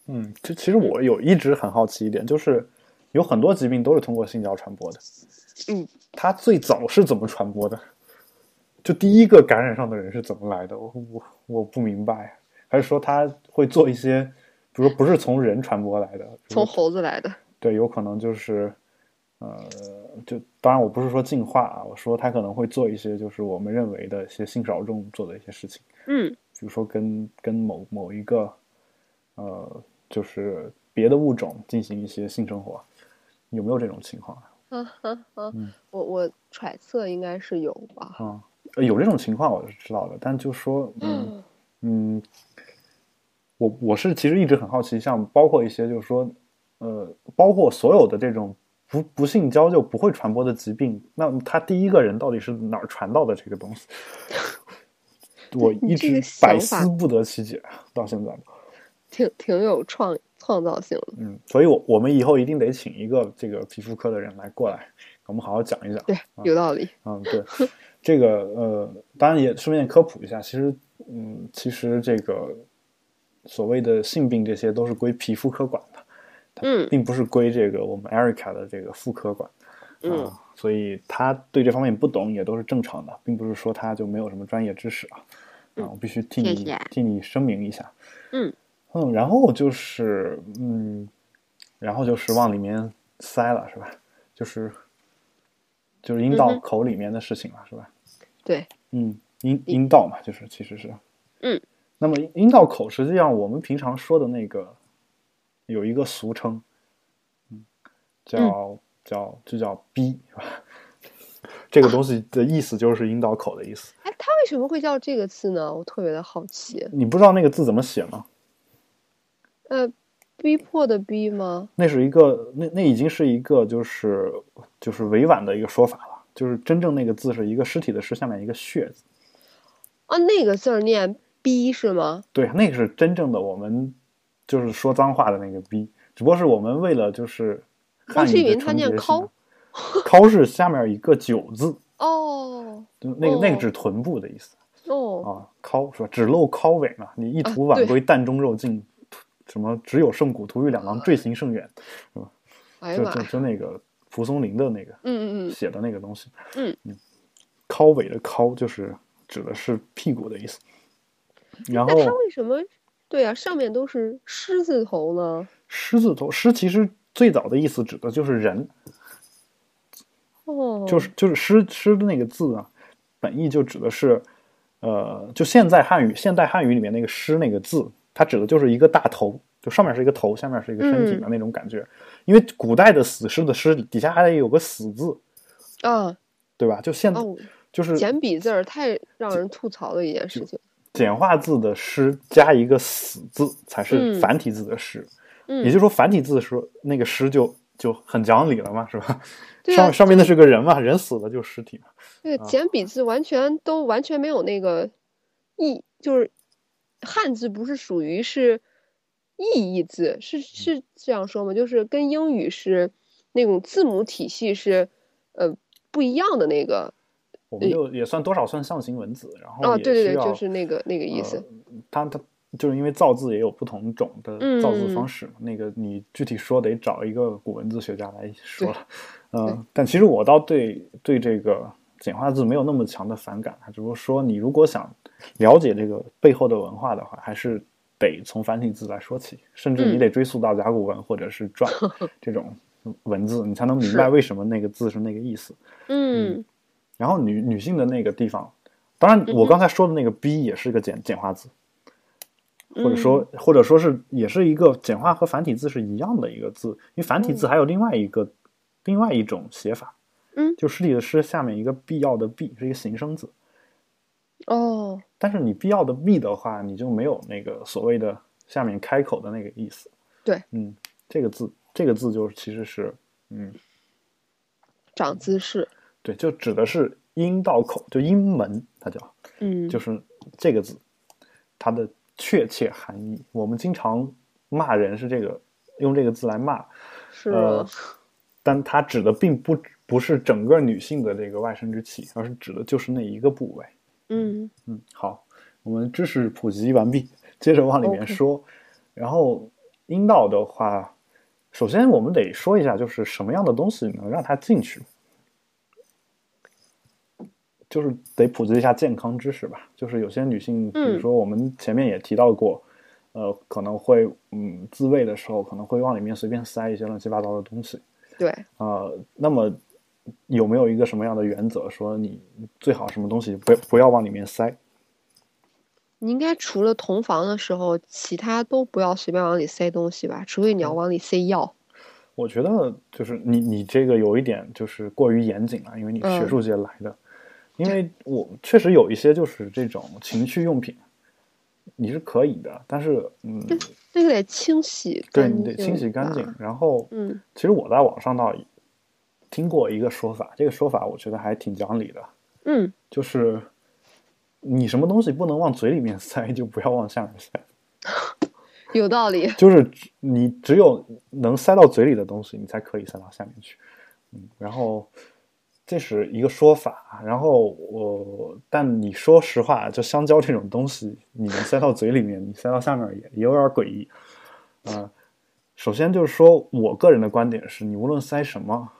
嗯，其其实我有一直很好奇一点，就是有很多疾病都是通过性交传播的。
嗯，
它最早是怎么传播的？就第一个感染上的人是怎么来的？我我我不明白，啊还是说他会做一些，比如说不是从人传播来的，比如
从
说
猴子来的，
对，有可能就是，呃，就当然我不是说进化啊，我说他可能会做一些就是我们认为的一些性少众做的一些事情。
嗯，
比如说跟跟某某一个，呃，就是别的物种进行一些性生活，有没有这种情况啊？
哈哈哈
嗯，
我我揣测应该是有 吧，
啊、呃有这种情况我是知道的，但就说，嗯嗯，我我是其实一直很好奇，像包括一些就是说，呃，包括所有的这种不不性交就不会传播的疾病，那么他第一个人到底是哪儿传到的这个东西？ 我
你
一
这个
直百
想法
思不得其解，到现在。
挺挺有创创造性的。
嗯，所以我我们以后一定得请一个这个皮肤科的人来过来，我们好好讲一讲。
对，有道理。
嗯，对，这个呃，当然也顺便科普一下，其实嗯，其实这个所谓的性病这些都是归皮肤科管的，
嗯
并不是归这个我们 Erica 的这个妇科管。啊
嗯，
所以他对这方面不懂也都是正常的，并不是说他就没有什么专业知识啊。啊，我必须替你
嗯谢谢
替你声明一下。
嗯
嗯，然后就是嗯，然后就是往里面塞了是吧？就是就是阴道
嗯哼
口里面的事情了、是吧？
对，
嗯，阴阴道嘛，就是其实是，
嗯，
那么阴道口实际上我们平常说的那个有一个俗称，嗯，叫叫就叫逼是吧？这个东西的意思就是阴道口的意思。
哎，它为什么会叫这个字呢？我特别的好奇。
你不知道那个字怎么写吗？
呃，逼迫的逼吗？
那是一个，那那已经是一个，就是就是委婉的一个说法了。就是真正那个字是一个尸体的尸，下面一个血字。
啊，那个字儿念逼是吗？
对，那个是真正的我们就是说脏话的那个逼，只不过是我们为了就是汉
是以
语
为
的
它
纯洁
念
性
尻
尻是下面一个九字，
哦
就那个那个
哦
指臀部的意思
哦，
啊。尻是吧？只露尻尾嘛，你意图挽
啊对
归膻中肉尽，徒什么只有剩骨，徒欲两狼，坠行甚远。
哎呀
就
妈
就
呀，
就那个蒲松龄的那个
嗯嗯嗯，
写的那个东西。
嗯
尻尾的尻就是指的是屁股的意思。然后
那它为什么？对呀、上面都是狮字头呢？
狮子头狮其实最早的意思指的就是人，
哦，
就是就是狮狮的那个字啊，本意就指的是，呃，就现在汉语现代汉语里面那个狮那个字，它指的就是一个大头，就上面是一个头，下面是一个身体
嗯
的那种感觉。因为古代的死尸的尸底下还得有个死字，
啊
对吧？就现
啊，我
就是
简笔字儿太让人吐槽的一件事情。
简化字的“诗”加一个“死”字，才是
嗯
繁体字的“诗”。
嗯
也就是说，繁体字的时候，那个“诗”就就很讲理了嘛，是吧？
对啊
上上面那是个人嘛，人死了就是尸体嘛。
那
啊
个简笔字完全都完全没有那个意，就是汉字不是属于是意义字，是是这样说吗？就是跟英语是那种字母体系是呃不一样的那个
我们就也算多少算象形文字，然后
啊，
也
对
需
对对，
要
就是那个那个意思。
呃它它就是因为造字也有不同种的造字
嗯
方式嘛，那个你具体说得找一个古文字学家来说了。嗯、
对
但其实我倒对对这个简化字没有那么强的反感，啊只不过说你如果想了解这个背后的文化的话，还是得从繁体字来说起，甚至你
嗯
得追溯到甲骨文或者是 篆这种文字，你才能明
是
白为什么那个字是那个意思。
嗯
然后女女性的那个地方，当然我刚才说的那个 “b” 也是个简简化字，嗯或者说
嗯
或者说是也是一个简化和繁体字是一样的一个字，因为繁体字还有另外一个、另外一种写法，
嗯
就尸体的尸下面一个必要的必是一个形声字，
哦
但是你必要的必的话，你就没有那个所谓的下面开口的那个意思。
对，
嗯，这个字这个字就是其实是嗯
长姿势，
对，就指的是阴道口，就阴门，它叫。
嗯
就是这个字，它的确切含义。我们经常骂人是这个，用这个字来骂，
是哦
呃，但它指的并不不是整个女性的这个外生殖器，而是指的就是那一个部位。
嗯
嗯，好，我们知识普及完毕，接着往里面
OK
说。然后阴道的话，首先我们得说一下，就是什么样的东西能让它进去，就是得普及一下健康知识吧。就是有些女性，比如
嗯
说我们前面也提到过，呃，可能会嗯自慰的时候可能会往里面随便塞一些乱七八糟的东西。
对
呃，那么有没有一个什么样的原则，说你最好什么东西不要不要往里面塞？
你应该除了同房的时候，其他都不要随便往里塞东西吧，除非你要往里塞药。
我觉得就是你你这个有一点就是过于严谨了，因为你
嗯
学术界来的，因为我确实有一些就是这种情趣用品，你是可以的，但是嗯，
那个得清洗
对
干
你
净，
得清洗干净。。然后
嗯，
其实我在网上倒听过一个说法，这个说法我觉得还挺讲理的，
嗯，
就是你什么东西不能往嘴里面塞，就不要往下面塞。
有道理。
就是只你只有能塞到嘴里的东西，你才可以塞到下面去。嗯，然后这是一个说法。然后我，但你说实话，就香蕉这种东西，你能塞到嘴里面，你塞到下面也也有点诡异。啊、首先就是说我个人的观点是，你无论塞什么。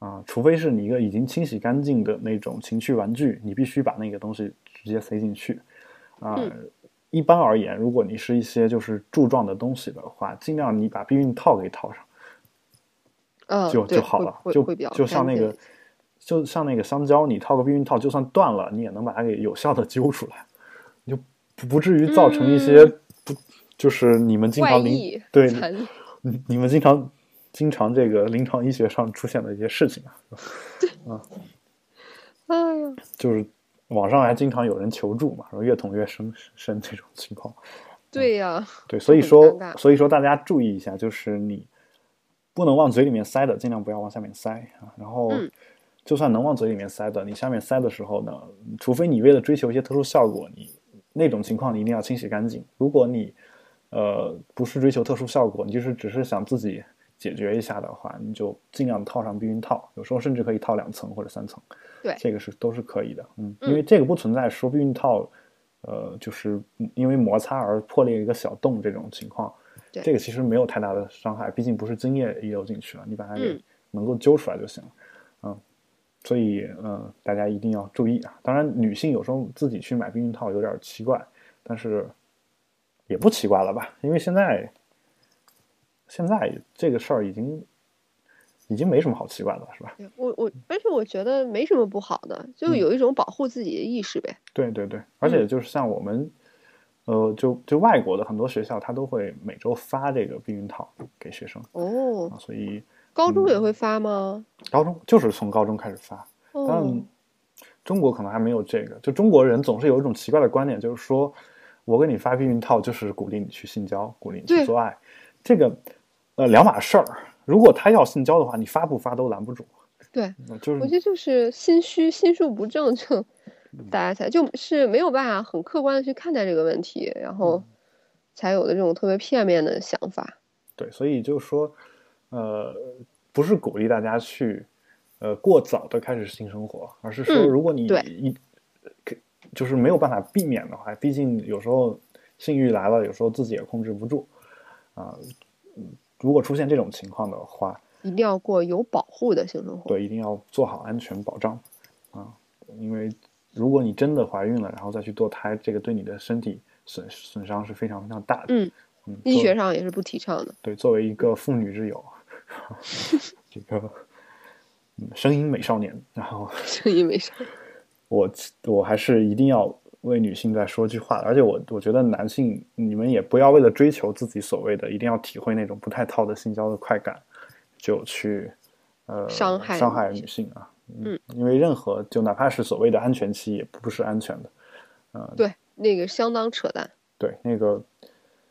啊，除非是你一个已经清洗干净的那种情趣玩具，你必须把那个东西直接塞进去。啊，
嗯
一般而言，如果你是一些就是柱状的东西的话，尽量你把避孕套给套上
嗯，
就、
哦对
就好
会
了，
会
就
会比较
就像
干
那
净
个就像那个香蕉，你套个避孕套，就算断了，你也能把它给有效的揪出来，你就不不至于造成一些
嗯
不、就是你们经
怪
常临
异
对
产品
你你们经常经常这个临床医学上出现的一些事情啊，
哎呀，
就是网上还经常有人求助嘛，说越捅越深深这种情况。
对呀，
对，所以
很
说
尴尬
所以说大家注意一下，就是你不能往嘴里面塞的，尽量不要往下面塞啊。然后
嗯
就算能往嘴里面塞的，你下面塞的时候呢，除非你为了追求一些特殊效果，你那种情况你一定要清洗干净。如果你呃不是追求特殊效果，你就是只是想自己解决一下的话，你就尽量套上避孕套，有时候甚至可以套两层或者三层。
对
这个是都是可以的，嗯，
嗯
因为这个不存在说避孕套，呃，就是因为摩擦而破裂一个小洞这种情况，
对
这个其实没有太大的伤害，毕竟不是精液遗留进去了，你把它给
嗯
能够揪出来就行了，嗯，所以呃，大家一定要注意啊。当然，女性有时候自己去买避孕套有点奇怪，但是也不奇怪了吧，因为现在现在这个事儿已经已经没什么好奇怪的了，是吧？
我我而且我觉得没什么不好的，就
嗯
有一种保护自己的意识呗。
对对对，
嗯
而且就是像我们，呃，就就外国的很多学校，它都会每周发这个避孕套给学生
哦
啊，，所以
高中也
嗯
会发吗？
高中就是从高中开始发。
哦
但，中国可能还没有这个，就中国人总是有一种奇怪的观点，就是说我给你发避孕套，就是鼓励你去性交，鼓励你去
对
做爱，这个呃两码事儿。如果他要性交的话，你发不发都拦不住。
对
嗯，就是
我觉得就是心虚、心术不正，就
嗯
大家才就是没有办法很客观的去看待这个问题，然
嗯
后才有的这种特别片面的想法。
对，所以就是说，呃，不是鼓励大家去，呃，过早的开始性生活，而是说，
嗯
如果你
对
一、可就是没有办法避免的话，毕竟有时候性欲来了，有时候自己也控制不住，啊、嗯如果出现这种情况的话，
一定要过有保护的性生活。
对，一定要做好安全保障啊，因为如果你真的怀孕了，然后再去堕胎，这个对你的身体损损伤是非常非常大的。
嗯
嗯，
医
作
学上也是不提倡的。
对，作为一个妇女之友，啊这个嗯声音美少年，然后
声音没事，
我我还是一定要为女性再说句话的，而且我我觉得男性你们也不要为了追求自己所谓的一定要体会那种不太套的性交的快感，就去呃
伤害
伤
女
害女
性
性啊，嗯，因为任何就哪怕是所谓的安全期，也不是安全的。
对，那个相当扯淡。
对，那个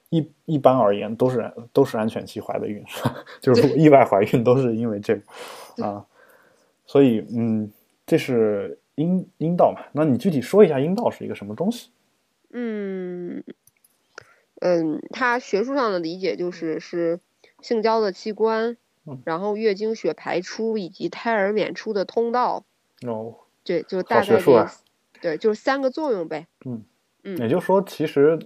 一一般而言都是都是安全期怀的孕， 就是意外怀孕都是因为这个啊，所以嗯，这是阴阴道嘛？那你具体说一下阴道是一个什么东西？
嗯嗯，它学术上的理解就是是性交的器官
嗯，
然后月经血排出以及胎儿娩出的通道，
哦，
对，就
好
大
学
概
术
这
啊，
对，就是三个作用呗。
也就是说，其实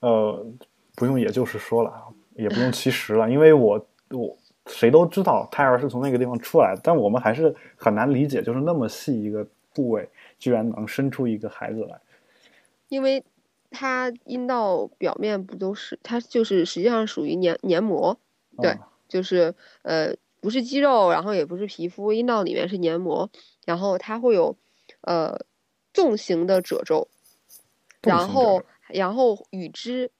呃，不用也就是说了，啊也不用其实了，因为我我。谁都知道胎儿是从那个地方出来的，但我们还是很难理解，就是那么细一个部位，居然能生出一个孩子来。
因为它阴道表面不都是它就是实际上属于黏黏膜，对
嗯
就是呃不是肌肉，然后也不是皮肤，阴道里面是黏膜，然后它会有呃纵形的褶皱，
动
然
情
后
者
然后与之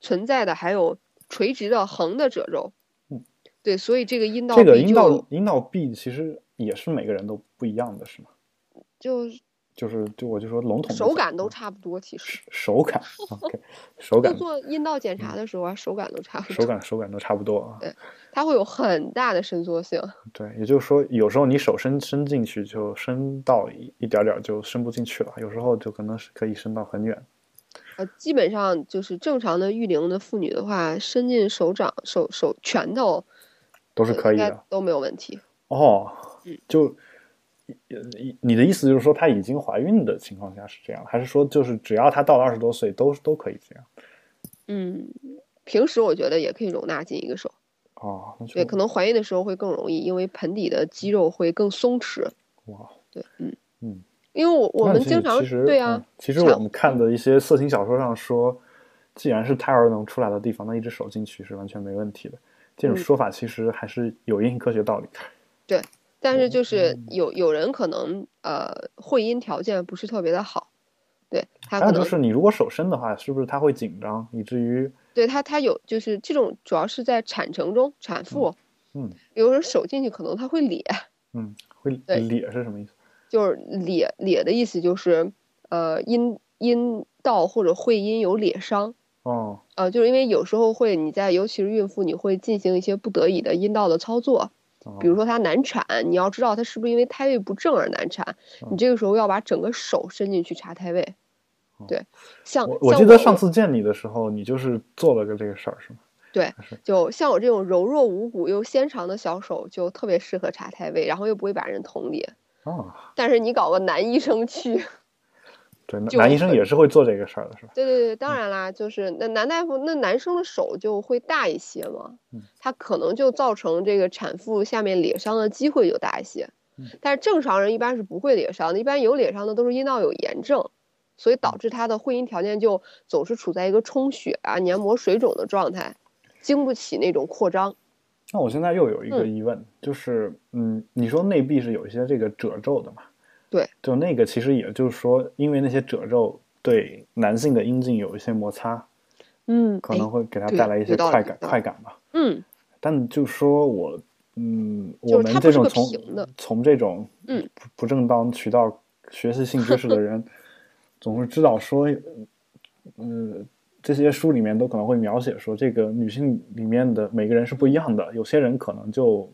存在的还有垂直的横的褶皱。
嗯
对，所以这个阴道
这个
壁
阴
就
道阴道壁其实也是每个人都不一样的，是吗？
就
就是就我就说笼统地
手
讲
感
嗯
都差不多，其实
手 感，OK，手
就
感嗯
做阴道检查的时候啊，手感都差不
手
多，
感手感都差不多啊。
对它会有很大的伸缩性。
对，也就是说，有时候你手伸伸进去就伸到一一点点儿就伸不进去了，有时候就可能是可以伸到很远。
呃，基本上就是正常的育龄的妇女的话，伸进手掌、手手拳头
都是
呃
可以
应该
的
都没有问题。
哦
嗯，
就你你的意思就是说，她已经怀孕的情况下是这样，还是说就是只要她到了二十多岁都都可以这样？
嗯，平时我觉得也可以容纳进一个手，
哦，那就
对，可能怀孕的时候会更容易，因为盆底的肌肉会更松弛。
哇，
对，嗯
嗯，
因为我我
那
们
其
经
实
常
其实
对
嗯
啊，
其实
常
我们看的一些色情小说上说，既然是胎儿能出来的地方，那一只手进去是完全没问题的。这种
嗯
说法其实还是有一定科学道理的。
但是就是
嗯
有有人可能呃会阴条件不是特别的好，对他
还有就
可能
是你如果手伸的话，是不是它会紧张，以至于
对他他有就是这种主要是在产程中产妇，
嗯嗯，
有人手进去可能他会咧，
嗯会
对
咧是什么意思？
就是咧咧的意思就是呃阴阴道或者会阴有裂伤。
哦，
呃，就是因为有时候会，你在尤其是孕妇，你会进行一些不得已的阴道的操作，
哦
比如说她难产，你要知道她是不是因为胎位不正而难产，
嗯
你这个时候要把整个手伸进去查胎位
哦。
对，像
我我
像
记得上次见你的时候，你就是做了个这个事儿是吗？
就像我这种柔弱无骨又纤长的小手，就特别适合查胎位，然后又不会把人捅裂。
啊，
但是你搞个男医生去，
对，男
就
男医生也是会做这个事儿的是吧？
对对对，
嗯
当然啦，就是那男大夫那男生的手就会大一些嘛
嗯，
他可能就造成这个产妇下面裂伤的机会就大一些
嗯。
但是正常人一般是不会裂伤的，一般有裂伤的都是阴道有炎症，所以
嗯
导致他的会阴条件就总是处在一个充血啊、黏膜水肿的状态，经不起那种扩张。
那我现在又有一个疑问，就是嗯，你说内壁是有一些这个褶皱的嘛？
对，
就那个其实也就是说，因为那些褶皱对男性的阴茎有一些摩擦，
嗯，
可能
哎
会给他
对
带来一些
有道理
快感
有道理
快感吧。
嗯，
但就说我，嗯，
就是
我们
它不
这
是
种
个
从
平的
从这种
嗯
不不正当渠道学习性知识的人，总是知道说，嗯，这些书里面都可能会描写说，这个女性里面的每个人是不一样的，有些人可能就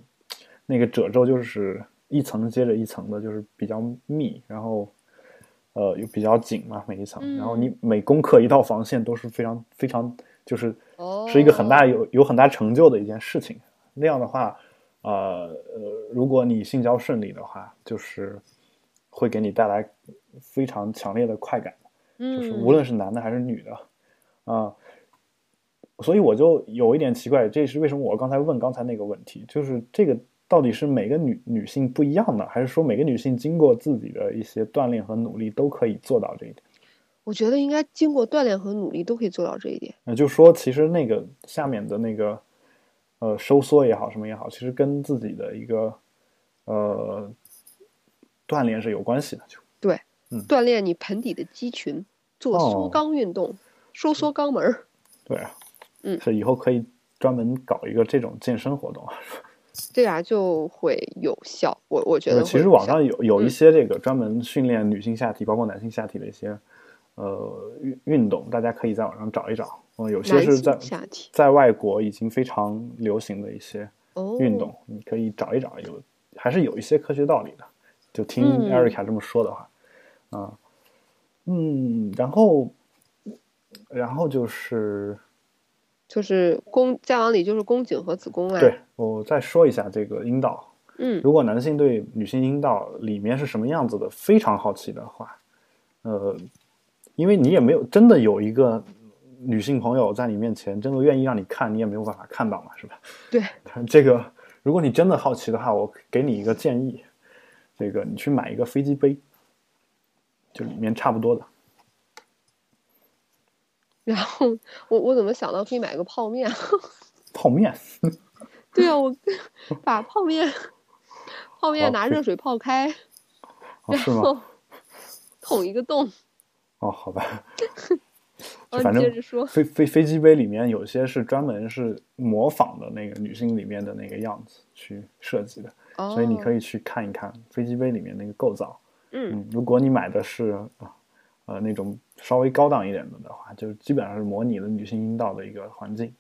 那个褶皱就是一层接着一层的，就是比较密，然后。呃，又比较紧嘛，每一层，然后
嗯
你每攻克一道防线都是非常非常，就是
哦，
是一个很大有有很大成就的一件事情。那样的话，呃呃，如果你性交顺利的话，就是会给你带来非常强烈的快感，就是
嗯
无论是男的还是女的，啊、所以我就有一点奇怪，这是为什么我刚才问刚才那个问题，就是这个到底是每个女女性不一样呢，还是说每个女性经过自己的一些锻炼和努力都可以做到这一点？
我觉得应该经过锻炼和努力都可以做到这一点。
呃，就说其实那个下面的那个呃收缩也好，什么也好，其实跟自己的一个呃锻炼是有关系的。就
锻炼你盆底的肌群，做
哦
缩肛运动，收缩肛门儿。
对啊，
嗯
是以后可以专门搞一个这种健身活动啊。
这样就会有效。我我觉得
呃
会
其实
有
网
效
上有有一
嗯
些这个专门训练女性下体，包括男性下体的一些呃运运动，大家可以在网上找一找。嗯、有些
男
是
性
在
下体
在外国已经非常流行的一些
哦
运动，你可以找一找，有还是有一些科学道理的。就听
嗯
Erica 这么说的话，啊，嗯，然后，然后就是，
就是宫再往里就是宫颈和子宫啦。
对，我再说一下这个阴道。
嗯，
如果男性对女性阴道里面是什么样子的非常好奇的话，呃，因为你也没有真的有一个女性朋友在你面前，真的愿意让你看，你也没有办法看到嘛，是吧？
对，
这个如果你真的好奇的话，我给你一个建议，这个你去买一个飞机杯，就里面差不多的。
然后我我怎么想到可以买个泡面？啊
泡面，
对啊， 我把泡面泡面
好可
拿
以
热水泡开，
哦，是吗？
然后 捅一个洞。
哦，好吧，就
然后
反
你接
正
着说。
飞飞飞机杯里面有些是专门是模仿的那个女性里面的那个样子去设计的，
哦，
所以你可
以
以去看一看飞机杯里面那个构造。
嗯
嗯，如果你买的是呃呃那种稍微高档一点的的话，就基本上是模拟了女性阴道的一个环境，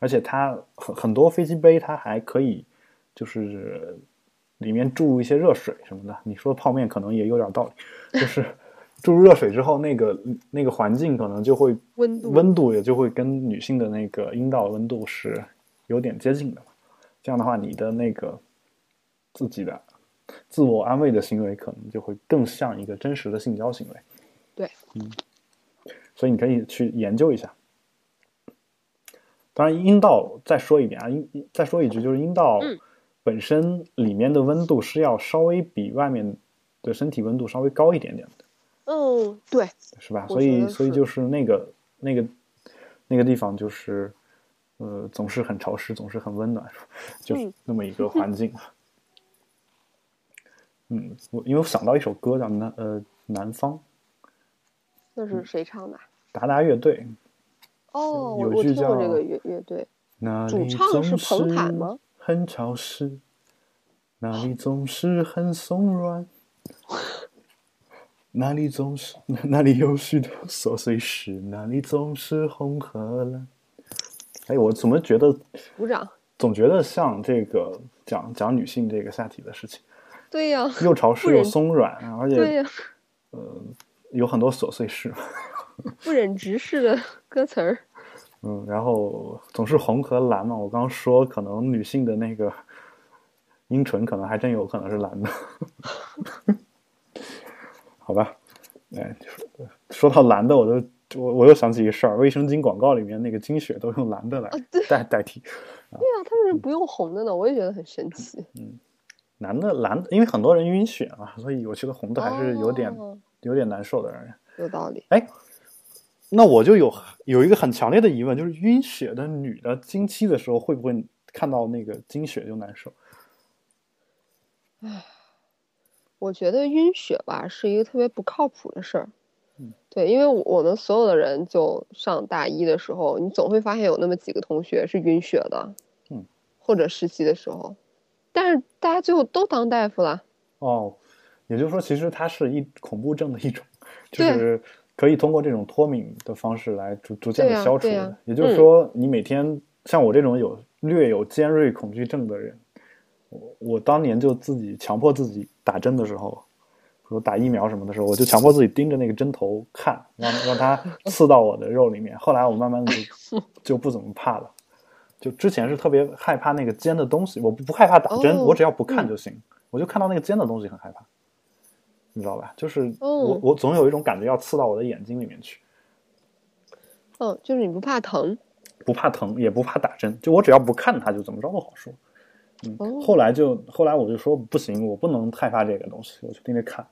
而且它很很多飞机杯它还可以就是里面注入一些热水什么的。你说泡面可能也有点道理，就是 注入热水之后，那个那个环境可能就会
温度
温度也就会跟女性的那个阴道温度是有点接近的嘛。这样的话，你的那个自己的自我安慰的行为，可能就会更像一个真实的性交行为。
对，
嗯，所以你可以去研究一下。当然，阴道再说一遍啊，阴阴再说一句，就是阴道
嗯
本身里面的温度是要稍微比外面的身体温度稍微高一点点的。
嗯对，
是吧？
我
所
觉
以
得
所以
是
就是那个那个那个地方就是，呃，总是很潮湿，总是很温暖，就是
嗯
那么一个环境。啊嗯，我因为我想到一首歌叫《南呃南方》，
那
嗯
是谁唱的？啊
达达乐队。
哦，我
有
我
句
听过这
叫
个乐乐队，
那
主
里
唱
总
是彭坦吗哦
很潮湿，那里总是很松 软，那里总是 那里有许多琐碎事，那里总是红和蓝。哎，我怎么觉得
鼓掌。
总觉得像这个讲讲女性这个下体的事情，
对 呀、
又潮湿
不
又
忍
松软，而
对
且
呀、
有很多琐碎事。
不忍直视的 歌词儿。
嗯，然后总是红和蓝嘛，我刚说可能女性的那个阴唇可能还真有可能是蓝的，好吧？哎，说说到蓝的，我就我我又想起一个事儿，卫生巾广告里面那个经血都用蓝的来代代替，
对呀、他为
嗯
什么不用红的呢？我也觉得很神 奇。
蓝的蓝的，因为很多人晕血嘛，所以我觉得红的还是有点、
哦
有点难受的让人。
有道理。
哎，那我就有有一个很强烈的疑问，就是晕血的女的经期的时候会不会看到那个经血就难受？
我觉得晕血吧是一个特别不靠谱的事儿。
嗯
对，因为我我们所有的人就上大一的时候，你总会发现有那么几个同学是晕血的，
嗯，
或者实习的时候，但是大家最后都当大夫了。
哦，也就是说，其实它是一恐怖症的一种，就
对
是可以通过这种脱敏的方式来逐逐渐
对
的
呀
消除
对
的。
呀
也就是
嗯
说，你每天、像我这种有略有尖锐恐惧症的人，我我当年就自己强迫自己打针的时候，比如打疫苗什么的时候，我就强迫自己盯着那个针头看，让让它刺到我的肉里面。后来我慢慢 的就就不怎么怕了。就之前是特别害怕那个尖的东西，我不不害怕打针，
哦
我只要不看就行。我就看到那个尖的东西很害怕，你知道吧？就是我、
哦
我总有一种感觉要刺到我的眼睛里面去，
嗯，就是你不怕疼，
不怕疼，也不怕打针，就我只要不看它，就怎么着都好说。
哦
后来就后来我就说不行，我不能害怕这个东西，我就盯着看。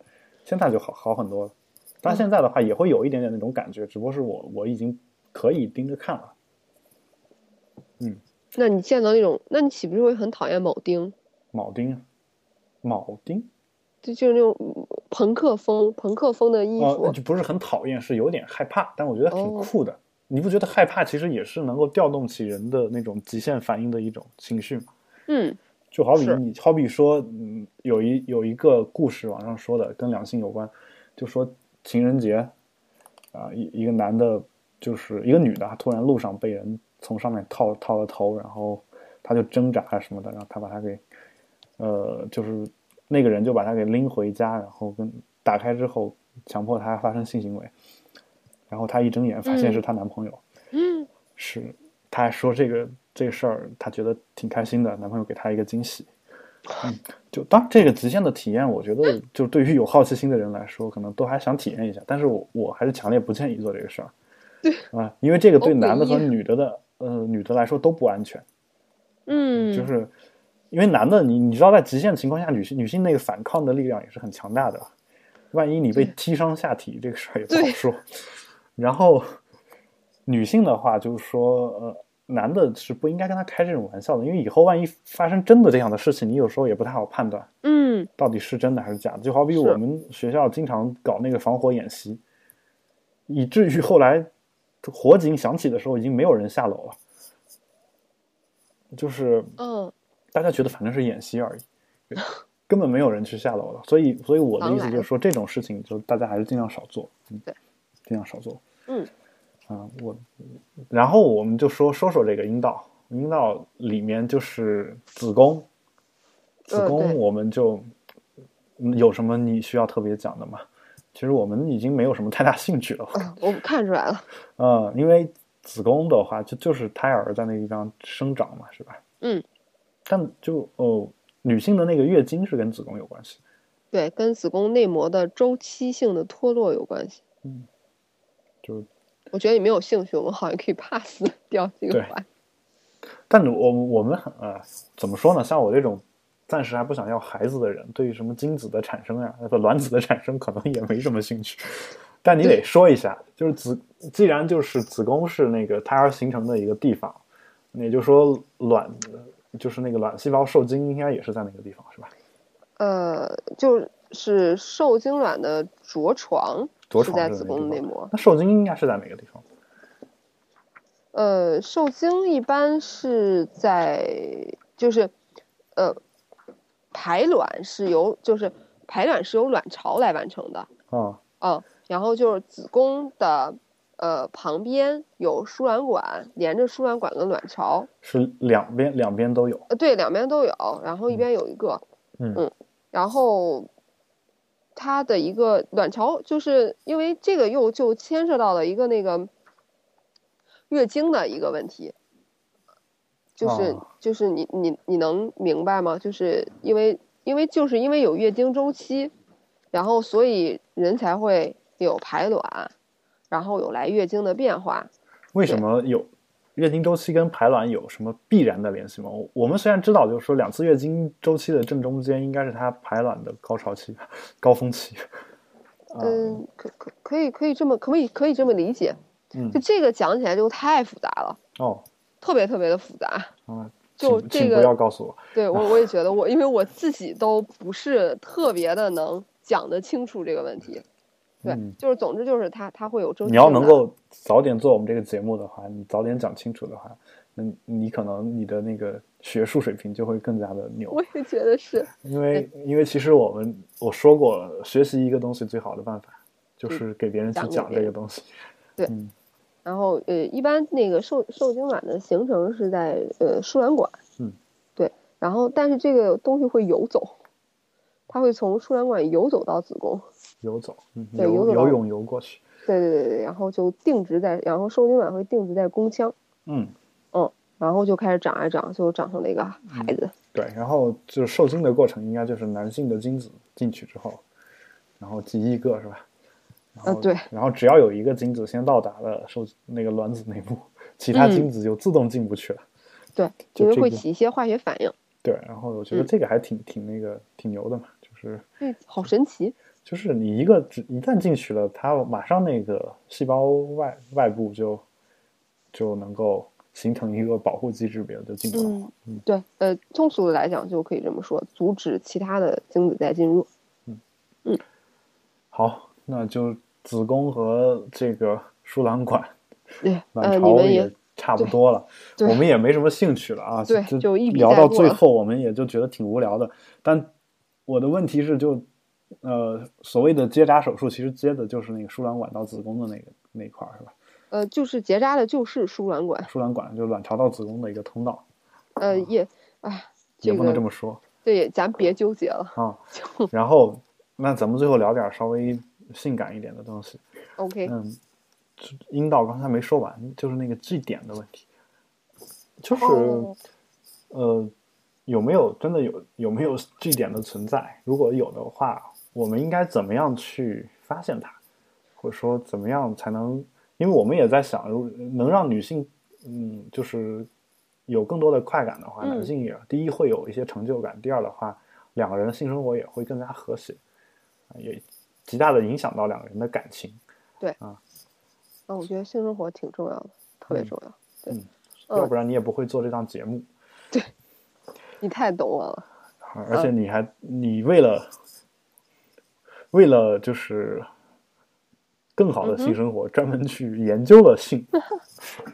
现在就好好很多了，
嗯
但现在的话也会有一点点那种感觉，只不过是我我已经可以盯着看了。
那你见到那种，那你岂不是会很讨厌铆钉？
铆钉啊，铆钉
就就是那种嗯朋克风，朋克风的衣
哦，
服，
就不是很讨厌，是有点害怕，但我觉得挺
哦
酷的。你不觉得害怕其实也是能够调动起人的那种极限反应的一种情绪吗？
嗯，
就好比
是
你，好比说，嗯，有一有一个故事，网上说的跟两性有关，就说情人节，啊、一一个男的，就是一个女的啊，突然路上被人从上面套套了头，然后他就挣扎啊什么的，然后他把他给，呃，就是那个人就把他给拎回家，然后跟打开之后，强迫他发生性行为，然后她一睁眼发现
嗯
是她男朋友，
嗯，
是，她还说这个这个事儿，她觉得挺开心的，男朋友给她一个惊喜。嗯，就当这个极限的体验，我觉得就对于有好奇心的人来说，可能都还想体验一下。但是我我还是强烈不建议做这个事儿。对啊，因为这个对
好诡
男的和
异
女的的呃女的来说都不安全，
嗯，
就是因为男的你你知道，在极限情况下，女性女性那个反抗的力量也是很强大的，万一你被
对
踢伤下体，这个事儿也不好
对
说。 然后女性的话，就是说，呃，男的是不应该跟他开这种玩笑的，因为以后万一发生真的这样的事情，你有时候也不太好判断
嗯，
到底是真的还是假的。就好比
是
我们学校经常搞那个防火演习，以至于后来火警响起的时候，已经没有人下楼了，就是
嗯，
大家觉得反正是演习而已，根本没有人去下楼了。所以，所以我的意思就是说，这种事情就大家还是尽量少做，嗯
对，
尽量少做。
嗯，
啊、我，然后我们就说说说这个阴道，阴道里面就是子宫，子
呃
宫
哦对
我们就、嗯有什么你需要特别讲的吗？其实我们已经没有什么太大兴趣了，
嗯我看出来了，
呃，因为子宫的话，就就是胎儿在那个地方生长嘛，是吧？
嗯。
但就哦，女性的那个月经是跟子宫有关系。
对，跟子宫内膜的周期性的脱落有关系。
嗯，就
我觉得你没有兴趣，我们好像可以 pass 掉这个
对
环。
但我我们很呃，怎么说呢？像我这种暂时还不想要孩子的人，对于什么精子的产生呀、呃不卵子的产生，可能也没什么兴趣。但你得
对
说一下，就是子，既然就是子宫是那个胎儿形成的一个地方，也就是说卵，就是那个卵细胞受精应该也是在那个地方，是吧？
呃，就是受精卵的着床
着
是
床
在
是
子
哪个
宫
地
内
方
膜。
那受精应该是在哪个地方？
呃，受精一般是在就是，呃，排卵是由就是排卵是由卵巢来完成的，
啊
嗯，然后就是子宫的呃旁边有输卵管，连着输卵管跟卵巢，
是两边两边都有。
呃，对，两边都有，然后
嗯
一边有一个，
嗯
然后它的一个卵巢，就是因为这个又就牵涉到了一个那个月经的一个问题，就是、
哦
就是你你你能明白吗？就是因为因为就是因为有月经周期，然后所以人才会有排卵，然后有来月经的变化，
为什么有月经周期跟排卵有什么必然的联系吗？我我们虽然知道，就是说两次月经周期的正中间应该是它排卵的高潮期、 高峰期。啊
嗯，可可可以可以这么可以可以这么理解，
嗯
就这个讲起来就太复杂了，
哦
特别特别的复杂。
啊，
就
请
这
请
个
不要告诉我。
对我我也觉得我，因为我自己都不是特别的能讲得清楚这个问题。对，
嗯
就是总之就是它它会有周期
你要
性的
能够早点做我们这个节目的话，你早点讲清楚的话，那你你可能你的那个学术水平就会更加的牛。
我也觉得是，
因为因为其实我们我说过了，学习一个东西最好的办法就是给别人去
讲给
讲
别
这个
人
东西。
对
嗯
然后呃，一般那个受受精卵的形成是在呃输卵管，
嗯，
对，然后但是这个东西会游走，它会从输卵管游走到子宫，
游走，嗯
对
游
游走到
泳游过去。
对对对对，然后就定植在，然后受精卵会定植在宫腔，
嗯，
然后就开始长啊长，就长成了一个
啊
孩子，嗯
对。然后就是受精的过程，应该就是男性的精子进去之后，然后几亿个是吧？然后、
呃对。
然后只要有一个精子先到达了受那个卵子内部，其他
嗯
精子就自动进不去了。
对，
就
因为
这
会
个
起一些化学反应，
对，然后我觉得
嗯
这个还挺挺那个挺牛的嘛，就是
对，好神奇，
就是你一个只一旦进去了，它马上那个细胞外外部就就能够形成一个保护机制，别的就进不了。
嗯，对，呃，通俗的来讲就可以这么说，阻止其他的精子再进入。
好，那就子宫和这个输卵管、
对，
卵
呃，你
巢
们
也
也
差不多 了，
对
我们也没什么兴趣了啊。
对
这
就一笔
聊
带
到
过
最
了
后，我们也就觉得挺无聊的。但我的问题是就，呃，所谓的结扎手术，其实接的就是那个输卵管到子宫的那个那一块儿，是吧？
呃，就是结扎的就是输卵管，
输卵管就是卵巢到子宫的一个通道，
呃，也，哎，
啊也
这
不能
个
这么说。
对，咱别纠结了，
啊、
就
然后那咱们最后聊点儿稍微性感一点的东西。
OK，
嗯，就阴道刚才没说完，就是那个 G 点的问题，就是、
哦
呃，有没有真的有有没有 G 点的存在？如果有的话，我们应该怎么样去发现它，或者说怎么样才能？因为我们也在想，如能让女性嗯，就是有更多的快感的话，
嗯
男性也第一会有一些成就感，第二的话，两个人的性生活也会更加和谐，啊也极大的影响到两个人的感情。
那啊我觉得性生活挺重要的，特别
嗯
重要，嗯
要不然你也不会做这档节目，
你太懂我了，
啊而且你还你为了为了就是更好的
嗯
性生活，专门去研究了 性，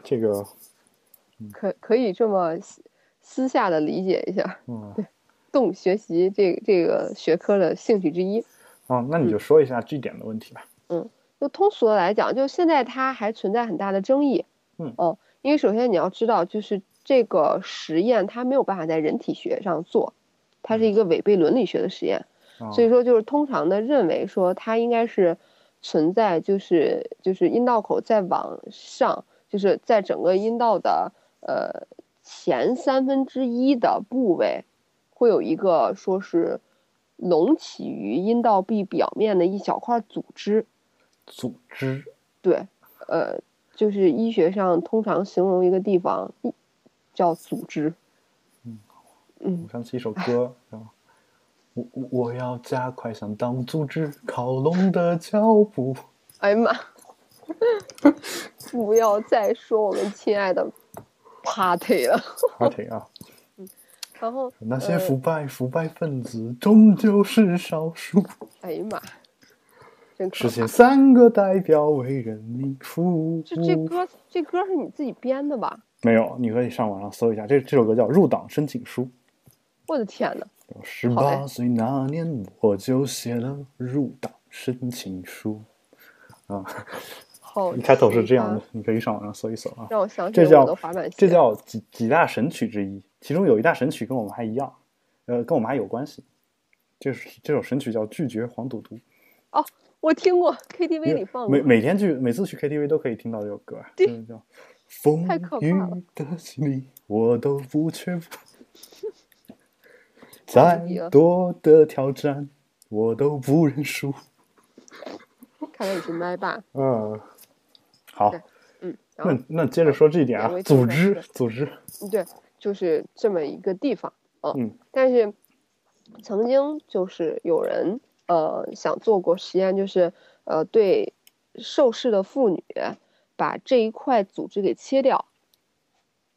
这个嗯
可可以这么私私下的理解一下，
嗯
动学习这这个学科的兴趣之一。
啊，
嗯
那你就说一下 G 点的问题吧。
就通俗的来讲，就现在它还存在很大的争议。
嗯
哦，因为首先你要知道，就是这个实验它没有办法在人体学上做，它是一个违背伦理学的实验，
啊、
所以说就是通常的认为说它应该是存在，就是就是阴道口再往上，就是在整个阴道的呃前三分之一的部位，会有一个说是隆起于阴道壁表面的一小块组织。
组织
对，呃，就是医学上通常形容一个地方一叫组织。
嗯
嗯，
想起一首歌，叫我我我要加快想当组织靠拢的脚 步。
哎 呀妈！不要再说我们亲爱的 party 了。
好听啊，
然后
那些腐败腐败分子终究是少数，
哎呀妈，真可
实
怕
现！三个代表为人民服务。
这这
嗯
歌这歌是你自己编的吧？
没有，你可以上网上搜一下，这这首歌叫《入党申请书》。
我的天呐，
十
好嘞
八岁那年，我就写了入党申请书。
好，
一开头是这
啊
样的，，你可以上网上搜一搜啊。
让我想起
这
了
叫
我的滑板鞋。
这叫几几大神曲之一，其中有一大神曲跟我们还一样，呃，跟我们还有关系。这是这首神曲叫《拒绝黄赌毒》，
我听过 KTV
因
里
为
放
每
过。
每天去每次去 KTV 都可以听到这首歌，啊
对
真的叫风
太可怕
雨
了
的洗礼，我都不缺 乏。
太
再
牛逼了
多的挑战，我都不认输。
看来你是麦霸。
嗯，好，
对嗯，然后
那那接着说这一点啊
两位，
组
同学
织
对
组织，
对，就是这么一个地方。
嗯
但是曾经就是有人呃想做过实验，就是呃对受试的妇女把这一块组织给切掉，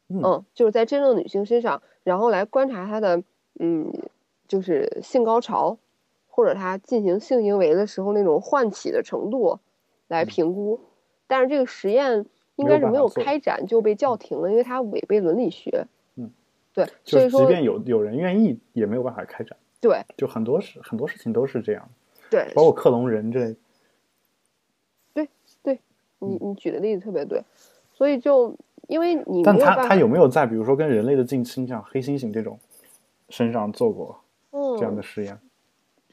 嗯
嗯，就是在真正女性身上，然后来观察她的嗯就是性高潮，或者她进行性行为的时候那种唤起的程度来评估，但是这个实验。应该是
嗯没
没
有办法做
有开展就被叫停了，因为它违背伦理学。
嗯，
对，
就
所以
是即
说
便有有人愿意，也没有办法开展。
对
就很多事很多事情都是这样，
对，
包括克隆人这类。
你你举的例子特别对，所以就因为你
但
没有
他
办
他
法
有没有在比如说跟人类的近亲，像黑猩猩这种身上做过
嗯
这样的实验？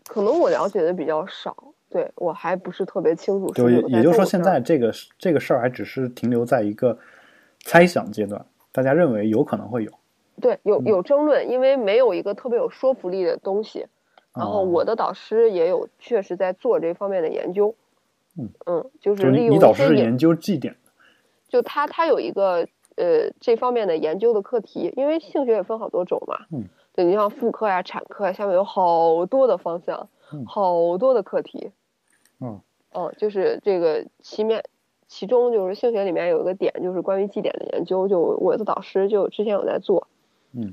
可能我了解的比较少，对我还不是特别清楚。
就也也就是说，现在
在
这个这个事儿还只是停留在一个猜想阶段，大家认为有可能会有。
对有
嗯
有争论，因为没有一个特别有说服力的东西。然后
哦
我的导师也有确实在做这方面的研究，
嗯就
就
是
利
你
用
你导
一
师
些
是
研，
研究绩点的，
就他他有一个呃这方面的研究的课题，因为性学也分好多种嘛，
嗯，
对你像妇科呀、产科呀，下面有好多的方向，
嗯
好多的课题，
嗯
哦，就是这个其面，其中就是性学里面有一个点，就是关于绩点的研究，就我的导师就之前有在做，哦
嗯，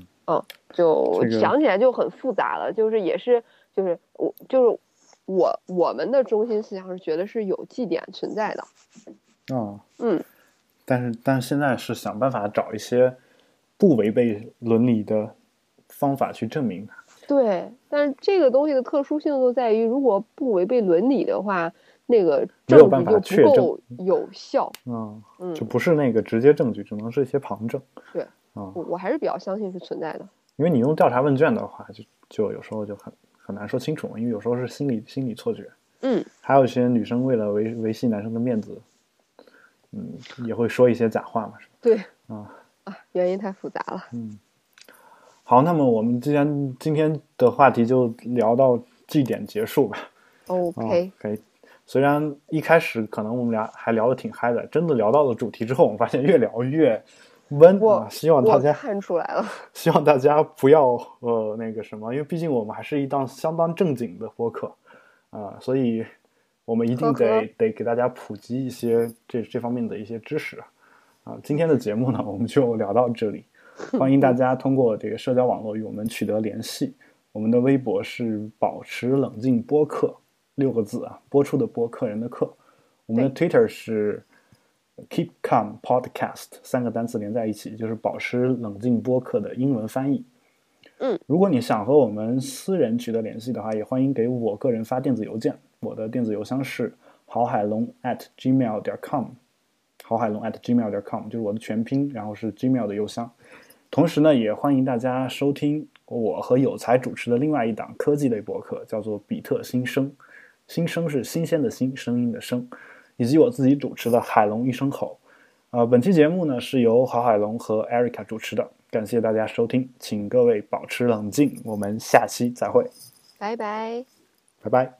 就
这个
想起来就很复杂了，就是也是就是我就是我我们的中心思想是觉得是有绩点存在的，
啊、
嗯，
但是但是现在是想办法找一些不违背伦理的方法去证明它。
对，但是这个东西的特殊性就在于，如果不违背伦理的话，那个
没
证
有
据
办法确
就
证
不够有效，
嗯，
嗯
就，不是那个直接证据，只能是一些旁证。
对
啊、
我我还是比较相信是存在的，
因为你用调查问卷的话，就就有时候就很很难说清楚嘛，因为有时候是心理心理错觉。
嗯。
还有一些女生为了维维系男生的面子，嗯，也会说一些假话嘛，是吧？
对，
啊
原因太复杂了。
嗯。好，那么我们既然今天的话题就聊到这点结束吧。哦
OK，、
可以。虽然一开始可能我们俩还聊得挺嗨的，真的聊到了主题之后，我们发现越聊越温
我
啊。希望大
我
家
看出来了，
希望大家不要呃那个什么，因为毕竟我们还是一档相当正经的播客啊、所以我们一定得
呵呵
得给大家普及一些这这方面的一些知识啊、今天的节目呢，我们就聊到这里，
嗯
欢迎大家通过这个社交网络与我们取得联系。我们的微博是“保持冷静播客”六个字啊，播出的播，客人的客。我们的 Twitter 是 Keep Calm Podcast 三个单词连在一起，就是保持冷静播客的英文翻译。
嗯，
如果你想和我们私人取得联系的话，也欢迎给我个人发电子邮件，我的电子邮箱是郝海龙 at gmail 点 com，郝海龙 at gmail 点 com 就是我的全拼，然后是 gmail 的邮箱。同时呢，也欢迎大家收听我和有才主持的另外一档科技类博客，叫做《比特新生》，新生是新鲜的新，声音的声，以及我自己主持的《海龙一声吼》。呃，本期节目呢是由郝海龙和 Erica 主持的，感谢大家收听，请各位保持冷静，我们下期再会，
拜拜。
拜拜。